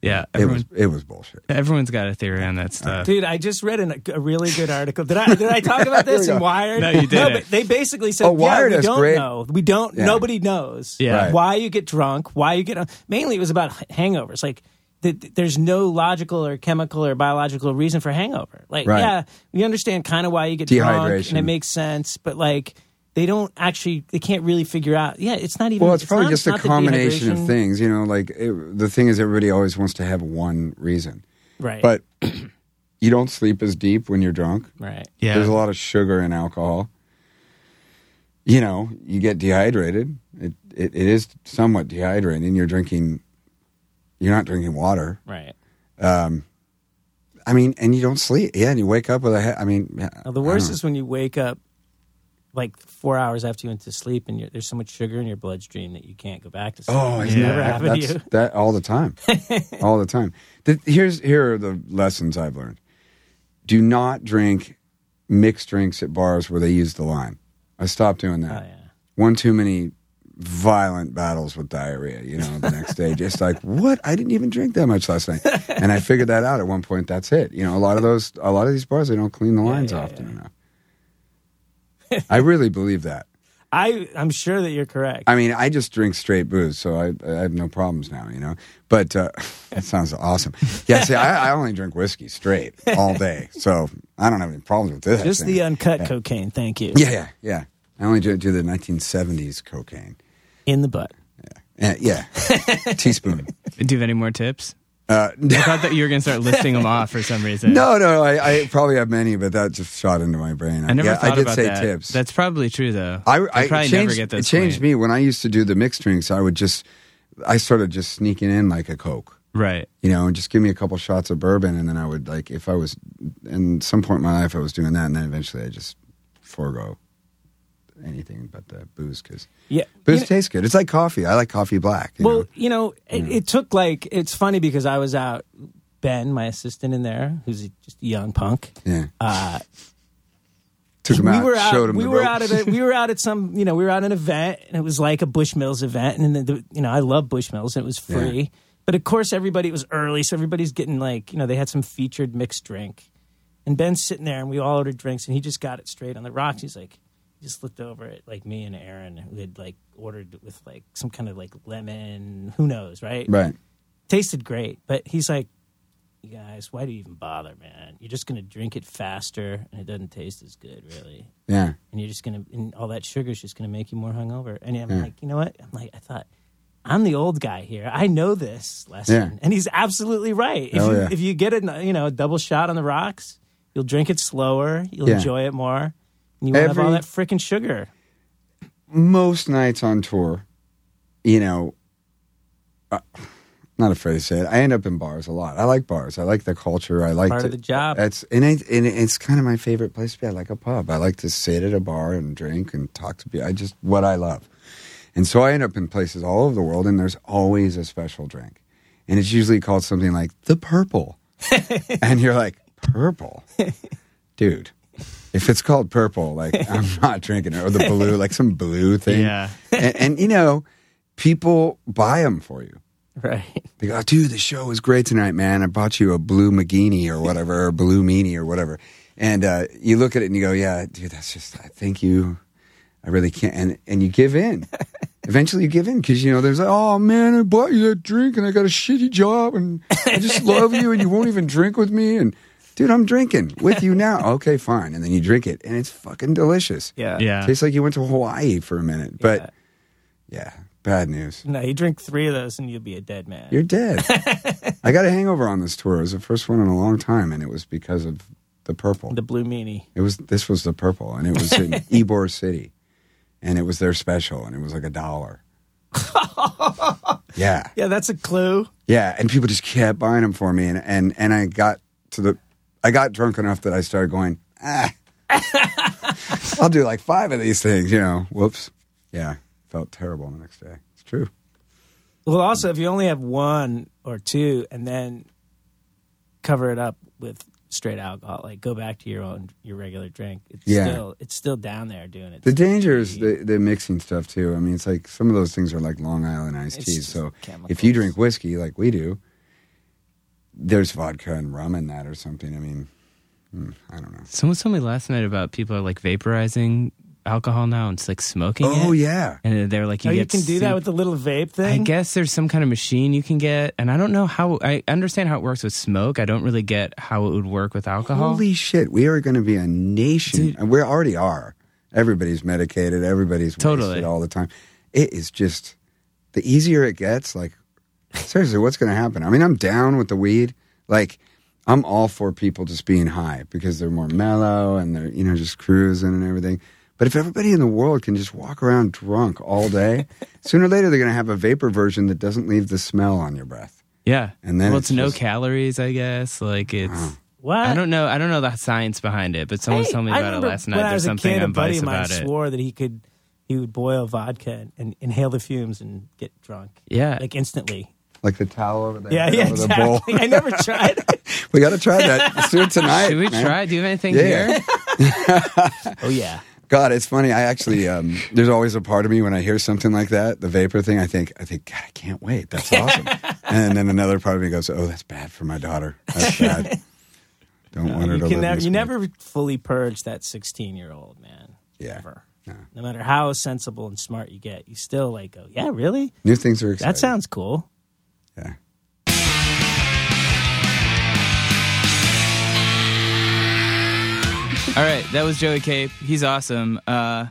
[SPEAKER 2] yeah.
[SPEAKER 4] it
[SPEAKER 2] Everyone,
[SPEAKER 4] was it was bullshit.
[SPEAKER 2] everyone's got a theory on that stuff.
[SPEAKER 3] Dude, I just read an, a really good article. Did I did I talk about this in Wired?
[SPEAKER 2] No, you didn't.
[SPEAKER 3] but they basically said,
[SPEAKER 4] Oh, Wired
[SPEAKER 3] yeah, we
[SPEAKER 4] has
[SPEAKER 3] don't
[SPEAKER 4] great-
[SPEAKER 3] know. We don't.
[SPEAKER 4] Yeah.
[SPEAKER 3] Nobody knows.
[SPEAKER 2] Yeah. Right.
[SPEAKER 3] Why you get drunk? Why you get mainly it was about hangovers. Like th- th- there's no logical or chemical or biological reason for hangover. Like
[SPEAKER 4] Right.
[SPEAKER 3] yeah, we understand kind of why you get drunk
[SPEAKER 4] Dehydration.
[SPEAKER 3] and it makes sense, but like. They don't actually. They can't really figure out. Yeah, it's not even.
[SPEAKER 4] Well, it's probably
[SPEAKER 3] not-
[SPEAKER 4] just a
[SPEAKER 3] not the
[SPEAKER 4] combination
[SPEAKER 3] dehydration.
[SPEAKER 4] of things, you know. Like it, the thing is, everybody always wants to have one reason,
[SPEAKER 3] Right.
[SPEAKER 4] but you don't sleep as deep when you're drunk.
[SPEAKER 3] right.
[SPEAKER 2] yeah,
[SPEAKER 4] There's a lot of sugar in alcohol. You know, you get dehydrated. It, it it is somewhat dehydrating. You're drinking. You're not drinking water.
[SPEAKER 3] Right.
[SPEAKER 4] I mean, and you don't sleep. Yeah, and you wake up with a. He- I mean,
[SPEAKER 3] Now, the
[SPEAKER 4] Hmm.
[SPEAKER 3] worst is when you wake up like four hours after you went to sleep and you're, there's so much sugar in your bloodstream that you can't go back to sleep.
[SPEAKER 4] Oh,
[SPEAKER 3] it's
[SPEAKER 4] yeah.
[SPEAKER 3] never happened
[SPEAKER 4] That's
[SPEAKER 3] to you.
[SPEAKER 4] that all the time, all the time. The, here's here are the lessons I've learned. Do not drink mixed drinks at bars where they use the lime. I stopped doing that.
[SPEAKER 3] Oh, yeah.
[SPEAKER 4] One too many violent battles with diarrhea. You know, the next day, just like what? I didn't even drink that much last night, and I figured that out at one point. That's it. You know, a lot of those, a lot of these bars, they don't clean the lines
[SPEAKER 3] yeah,
[SPEAKER 4] often enough. I really believe that.
[SPEAKER 3] I, I'm sure that you're correct.
[SPEAKER 4] I mean, I just drink straight booze, so I, I have no problems now, you know. But uh, that sounds awesome. Yeah, see, I, I only drink whiskey straight all day, so I don't have any problems with this.
[SPEAKER 3] Just
[SPEAKER 4] thing.
[SPEAKER 3] the uh, uncut cocaine, thank you.
[SPEAKER 4] yeah, yeah, yeah. I only do, do the 1970s cocaine.
[SPEAKER 3] In the butt.
[SPEAKER 4] Uh, yeah, teaspoon.
[SPEAKER 2] Do you have any more tips?
[SPEAKER 4] Uh,
[SPEAKER 2] I thought that you were gonna start listing them off for some reason.
[SPEAKER 4] no, no, I, I probably have many, but that just shot into my brain.
[SPEAKER 2] I never
[SPEAKER 4] yeah,
[SPEAKER 2] thought
[SPEAKER 4] I did
[SPEAKER 2] about
[SPEAKER 4] say
[SPEAKER 2] that.
[SPEAKER 4] tips.
[SPEAKER 2] That's probably true though.
[SPEAKER 4] I,
[SPEAKER 2] They
[SPEAKER 4] I
[SPEAKER 2] probably
[SPEAKER 4] it changed,
[SPEAKER 2] never get
[SPEAKER 4] It
[SPEAKER 2] those.
[SPEAKER 4] changed
[SPEAKER 2] clean.
[SPEAKER 4] me when I used to do the mixed drinks. I would just, I started just sneaking in like a Coke.
[SPEAKER 2] Right.
[SPEAKER 4] you know, and just give me a couple shots of bourbon, and then I would like if I was, in some point in my life, I was doing that, and then eventually I just forego anything but the booze because
[SPEAKER 3] Yeah. You
[SPEAKER 4] booze
[SPEAKER 3] know-
[SPEAKER 4] tastes good. It's like coffee. I like coffee black. you
[SPEAKER 3] well,
[SPEAKER 4] know? Hmm.
[SPEAKER 3] you know, it, it took like, it's funny because I was out, Ben, my assistant in there, who's just a young punk.
[SPEAKER 4] yeah.
[SPEAKER 3] Uh,
[SPEAKER 4] Took him
[SPEAKER 3] we
[SPEAKER 4] out,
[SPEAKER 3] were out.
[SPEAKER 4] showed him.
[SPEAKER 3] we
[SPEAKER 4] the
[SPEAKER 3] were
[SPEAKER 4] ropes.
[SPEAKER 3] out at a, we were out at some you know we were out at an event and it was like a Bushmills event and then the, you know I love Bushmills and it was free,
[SPEAKER 4] Yeah.
[SPEAKER 3] but of course everybody it was early so everybody's getting like you know they had some featured mixed drink, and Ben's sitting there and we all ordered drinks and he just got it straight on the rocks. He's like. he Just looked over at like me and Aaron, who had like ordered with like some kind of like lemon, who knows, right?
[SPEAKER 4] right.
[SPEAKER 3] tasted great, but he's like, you guys, why do you even bother, man? You're just gonna drink it faster, and it doesn't taste as good, really.
[SPEAKER 4] Yeah.
[SPEAKER 3] And you're just gonna, and all that sugar's just gonna make you more hungover. And I'm like, you know what? I'm like, I thought, I'm the old guy here. I know this lesson,
[SPEAKER 4] Yeah.
[SPEAKER 3] and he's absolutely right. If
[SPEAKER 4] Hell
[SPEAKER 3] you
[SPEAKER 4] yeah.
[SPEAKER 3] if you get a you know a double shot on the rocks, you'll drink it slower, you'll
[SPEAKER 4] Yeah.
[SPEAKER 3] enjoy it more, and you won't have all
[SPEAKER 4] Every-
[SPEAKER 3] that freaking sugar.
[SPEAKER 4] Most nights on tour, you know, uh, not afraid to say it. I end up in bars a lot. I like bars. I like the culture. I like
[SPEAKER 3] Part
[SPEAKER 4] to,
[SPEAKER 3] of the job.
[SPEAKER 4] That's and, it, and it's kind of my favorite place to be. I like a pub. I like to sit at a bar and drink and talk to people. I just what I love, and so I end up in places all over the world, and there's always a special drink, and it's usually called something like the purple, and you're like purple, dude. If it's called purple, like I'm not drinking it, or the blue, like some blue thing,
[SPEAKER 2] Yeah.
[SPEAKER 4] and, and you know, people buy them for you.
[SPEAKER 3] Right.
[SPEAKER 4] They go, dude, the show was great tonight, man. I bought you a blue McGeaney or whatever, or blue meanie or whatever. And uh, you look at it and you go, yeah, dude, that's just, I thank you. I really can't. And, and you give in. Eventually you give in because, you know, there's like, oh, man, I bought you that drink and I got a shitty job and I just love you and you won't even drink with me. And, dude, I'm drinking with you now. Okay, fine. And then you drink it and it's fucking delicious.
[SPEAKER 3] Yeah.
[SPEAKER 2] Yeah.
[SPEAKER 4] Tastes like you went to Hawaii for a minute. But, yeah bad news.
[SPEAKER 3] No, you drink three of those and you'll be a dead man.
[SPEAKER 4] You're dead. I got a hangover on this tour. It was the first one in a long time, and it was because of the purple.
[SPEAKER 3] the blue meanie.
[SPEAKER 4] It was this was the purple, and it was in Ybor City, and it was their special, and it was like a dollar. yeah,
[SPEAKER 3] Yeah, that's a clue.
[SPEAKER 4] Yeah, and people just kept buying them for me, and and and I got to the, I got drunk enough that I started going, ah, I'll do like five of these things, you know. Whoops. Yeah, felt terrible the next day. It's true.
[SPEAKER 3] Well, also, if you only have one or two and then cover it up with straight alcohol, like go back to your own your regular drink, it's
[SPEAKER 4] Yeah.
[SPEAKER 3] still it's still down there doing it.
[SPEAKER 4] The danger is the, the mixing stuff too. I mean, it's like some of those things are like Long Island iced
[SPEAKER 3] It's
[SPEAKER 4] teas.
[SPEAKER 3] just
[SPEAKER 4] So if
[SPEAKER 3] chemicals.
[SPEAKER 4] you drink whiskey like we do, there's vodka and rum in that or something. I mean, mm, I don't know.
[SPEAKER 2] Someone told me last night about people are like vaporizing alcohol now and it's like smoking.
[SPEAKER 4] Oh
[SPEAKER 2] it.
[SPEAKER 4] yeah,
[SPEAKER 2] And they're like, you
[SPEAKER 3] oh, you
[SPEAKER 2] get
[SPEAKER 3] can do that
[SPEAKER 2] super-
[SPEAKER 3] with the little vape
[SPEAKER 2] I
[SPEAKER 3] thing.
[SPEAKER 2] guess there's some kind of machine you can get, and I don't know how. I understand how it works with smoke. I don't really get how it would work with
[SPEAKER 3] Uh-huh.
[SPEAKER 2] alcohol.
[SPEAKER 4] holy shit, we are going to be a nation,
[SPEAKER 2] Dude.
[SPEAKER 4] and we already are. Everybody's medicated. Everybody's
[SPEAKER 2] Totally.
[SPEAKER 4] wasted all the time. It is just the easier it gets. Like seriously, what's going to happen? I mean, I'm down with the weed. Like I'm all for people just being high because they're more mellow and they're you know just cruising and everything. But if everybody in the world can just walk around drunk all day, sooner or later they're going to have a vapor version that doesn't leave the smell on your breath.
[SPEAKER 2] yeah.
[SPEAKER 4] And then
[SPEAKER 2] well,
[SPEAKER 4] it's
[SPEAKER 2] it's, no
[SPEAKER 4] just-
[SPEAKER 2] calories, I guess. Like it's.
[SPEAKER 3] What?
[SPEAKER 2] I don't know. I don't know the science behind it, but someone
[SPEAKER 3] Hey,
[SPEAKER 2] told me
[SPEAKER 3] I
[SPEAKER 2] about it
[SPEAKER 3] remember
[SPEAKER 2] last night.
[SPEAKER 3] When I
[SPEAKER 2] There's
[SPEAKER 3] was a
[SPEAKER 2] something
[SPEAKER 3] kid, a
[SPEAKER 2] on
[SPEAKER 3] buddy
[SPEAKER 2] Vice
[SPEAKER 3] of mine
[SPEAKER 2] about it.
[SPEAKER 3] swore that he could he would boil vodka and, inhale the fumes and get drunk.
[SPEAKER 2] Yeah.
[SPEAKER 3] like instantly.
[SPEAKER 4] Like the towel over there,
[SPEAKER 3] Yeah,
[SPEAKER 4] over
[SPEAKER 3] yeah,
[SPEAKER 4] the bowl.
[SPEAKER 3] exactly. I never tried. it.
[SPEAKER 4] We got to try that. Let's do it tonight.
[SPEAKER 2] Should we
[SPEAKER 4] man.
[SPEAKER 2] try? Do you have anything
[SPEAKER 4] Yeah.
[SPEAKER 2] here?
[SPEAKER 3] oh yeah.
[SPEAKER 4] God, it's funny. I actually, um, there's always a part of me when I hear something like that, the vapor thing. I think, I think, God, I can't wait. That's awesome. and then another part of me goes, Oh, that's bad for my daughter. That's bad. Don't want her
[SPEAKER 3] You
[SPEAKER 4] to
[SPEAKER 3] can
[SPEAKER 4] live in
[SPEAKER 3] never
[SPEAKER 4] this
[SPEAKER 3] you
[SPEAKER 4] world.
[SPEAKER 3] never fully purge that sixteen year old man.
[SPEAKER 4] Yeah.
[SPEAKER 3] Ever.
[SPEAKER 4] No.
[SPEAKER 3] No matter how sensible and smart you get, you still like go, yeah, really?
[SPEAKER 4] New things are exciting.
[SPEAKER 3] That sounds cool.
[SPEAKER 4] Yeah.
[SPEAKER 2] All right, that was Joey Cape. He's awesome. Uh,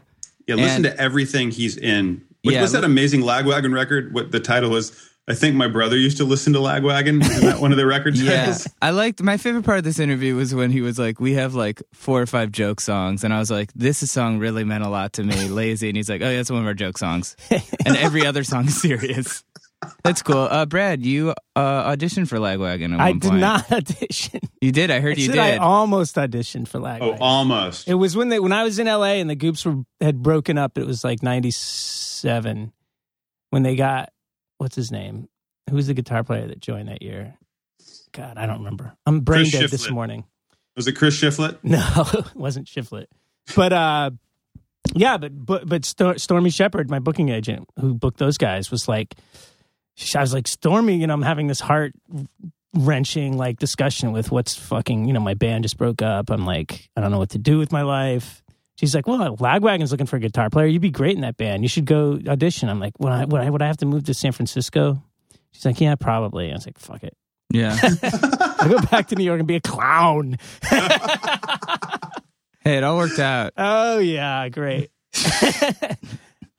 [SPEAKER 1] Yeah, listen
[SPEAKER 2] And-
[SPEAKER 1] to everything he's in. What,
[SPEAKER 2] Yeah,
[SPEAKER 1] what's that
[SPEAKER 2] li-
[SPEAKER 1] amazing Lagwagon record? What the title was? I think my brother used to listen to Lagwagon. Isn't that one of the record
[SPEAKER 2] yeah,
[SPEAKER 1] titles?
[SPEAKER 2] I liked. My favorite part of this interview was when he was like, "We have like four or five joke songs," and I was like, "This song really meant a lot to me." Lazy, and he's like, "Oh, yeah, that's one of our joke songs," and every other song is serious. That's cool. Uh, Brad, you uh, auditioned for Lagwagon. At
[SPEAKER 3] I
[SPEAKER 2] one
[SPEAKER 3] did
[SPEAKER 2] point.
[SPEAKER 3] not audition.
[SPEAKER 2] You did. I heard you
[SPEAKER 3] Said
[SPEAKER 2] did.
[SPEAKER 3] I almost auditioned for Lag.
[SPEAKER 1] Oh,
[SPEAKER 3] Life.
[SPEAKER 1] almost.
[SPEAKER 3] It was when they when I was in LA and the Goops were had broken up. It was like '97 when they got what's his name? Who was the guitar player that joined that year? God, I don't remember. I'm brain
[SPEAKER 1] Chris
[SPEAKER 3] dead this
[SPEAKER 1] Shiflett.
[SPEAKER 3] morning.
[SPEAKER 1] Was it Chris Shiflett?
[SPEAKER 3] No, it wasn't Shiflet, but uh, yeah, but but but Stor- Stormy Shepherd, my booking agent who booked those guys, was like, I was like Stormy, you know, I'm having this heart wrenching like discussion with what's fucking, you know, my band just broke up. I'm like, I don't know what to do with my life. She's like, well, Lagwagon's looking for a guitar player. You'd be great in that band. You should go audition. I'm like, would I, would I, would I have to move to San Francisco? She's like, yeah, probably. I was like, fuck it.
[SPEAKER 2] yeah.
[SPEAKER 3] I'll go back to New York and be a clown.
[SPEAKER 2] hey, it all worked out.
[SPEAKER 3] Oh yeah, great.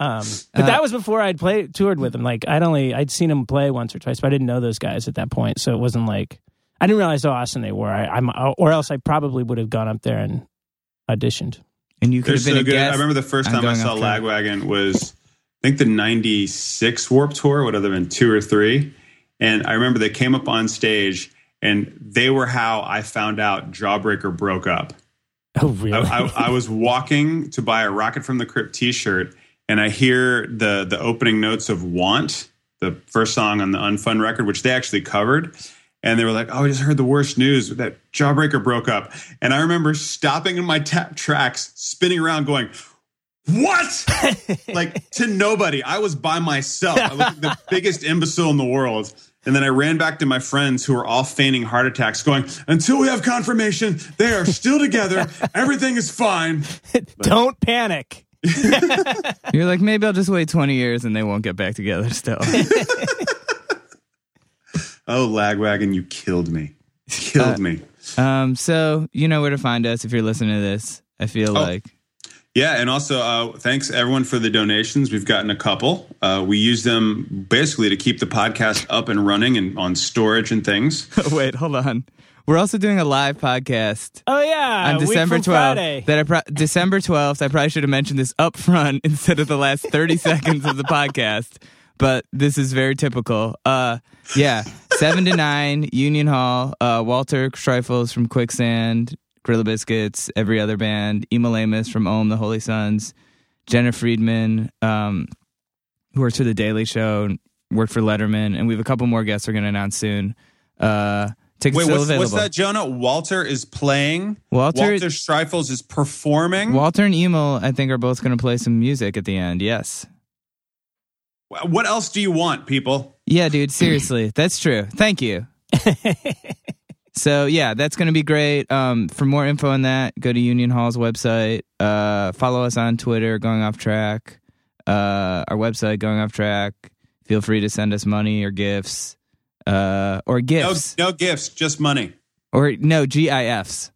[SPEAKER 3] um, but that was before I'd played toured with him. Like I'd only I'd seen him play once or twice, but I didn't know those guys at that point. So it wasn't like I didn't realize how awesome they were. I, I'm uh, or else I probably would have gone up there and auditioned.
[SPEAKER 2] And you
[SPEAKER 1] They're
[SPEAKER 2] could have been
[SPEAKER 1] so
[SPEAKER 2] a
[SPEAKER 1] good.
[SPEAKER 2] guest.
[SPEAKER 1] I remember the first
[SPEAKER 2] I'm
[SPEAKER 1] time I
[SPEAKER 2] going
[SPEAKER 1] saw
[SPEAKER 2] off track.
[SPEAKER 1] Lagwagon was, I think the '96 Warp Tour. What other than two or three? And I remember they came up on stage, and they were how I found out Jawbreaker broke up.
[SPEAKER 3] Oh really?
[SPEAKER 1] I, I, I was walking to buy a Rocket from the Crypt T-shirt, and I hear the the opening notes of "Want," the first song on the Unfun record, which they actually covered. And they were like, "Oh, I just heard the worst news that Jawbreaker broke up." And I remember stopping in my tap tracks, spinning around, going, "What?" like to nobody. I was by myself. I looked like the biggest imbecile in the world. And then I ran back to my friends who were all feigning heart attacks, going, "Until we have confirmation, they are still together. Everything is fine."
[SPEAKER 3] Don't panic.
[SPEAKER 2] You're like, maybe I'll just wait 20 years and they won't get back together still.
[SPEAKER 1] Oh, Lagwagon, you killed me.
[SPEAKER 2] Uh,
[SPEAKER 1] Killed me.
[SPEAKER 2] um, so, you know where to find us if you're listening to this. I feel like.
[SPEAKER 1] Yeah, and also uh, thanks everyone for the donations. We've gotten a couple. Uh, we use them basically to keep the podcast up and running and on storage and things.
[SPEAKER 2] Wait, hold on. We're also doing a live podcast
[SPEAKER 3] Oh yeah,
[SPEAKER 2] on
[SPEAKER 3] a week
[SPEAKER 2] December
[SPEAKER 3] from
[SPEAKER 2] 12th.
[SPEAKER 3] Friday.
[SPEAKER 2] That I pro- December 12th. I probably should have mentioned this up front instead of the last 30 seconds of the podcast, but this is very typical. Uh, yeah. Seven to nine, Union Hall. Uh, Walter Streifels from Quicksand, Gorilla Biscuits, every other band. Imalamus from Ohm, The Holy Sons, Jenna Friedman, um, who works for The Daily Show, and worked for Letterman, and we have a couple more guests we're going to announce soon. Uh, tickets
[SPEAKER 1] Wait,
[SPEAKER 2] still
[SPEAKER 1] what's,
[SPEAKER 2] available.
[SPEAKER 1] what's that, Jonah? Walter is playing.
[SPEAKER 2] Walter-
[SPEAKER 1] Walter Streifels is performing.
[SPEAKER 2] Walter and Emil, I think, are both going to play some music at the end. Yes.
[SPEAKER 1] what else do you want, people?
[SPEAKER 2] Yeah, dude, seriously. that's true. Thank you. so, yeah, that's going to be great. Um, for more info on that, go to Union Hall's website. Uh, follow us on Twitter, Going Off Track. Uh, our website, Going Off Track. Feel free to send us money or gifts. Uh, or
[SPEAKER 1] No,
[SPEAKER 2] gifts.
[SPEAKER 1] no gifts, just money.
[SPEAKER 2] Or, no, GIFs.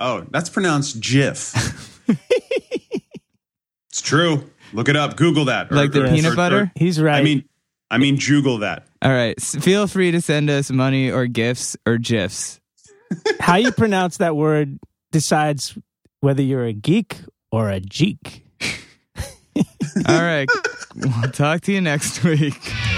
[SPEAKER 1] Oh, that's pronounced GIF. it's true. Look it up. Google that. Or-
[SPEAKER 2] Like the
[SPEAKER 1] or-
[SPEAKER 2] peanut
[SPEAKER 1] or-
[SPEAKER 2] butter?
[SPEAKER 3] He's right.
[SPEAKER 1] I mean, I mean, juggle that.
[SPEAKER 2] All right. S- feel free to send us money or gifts or GIFs.
[SPEAKER 3] how you pronounce that word decides whether you're a geek or a geek.
[SPEAKER 2] All right. we'll talk to you next week.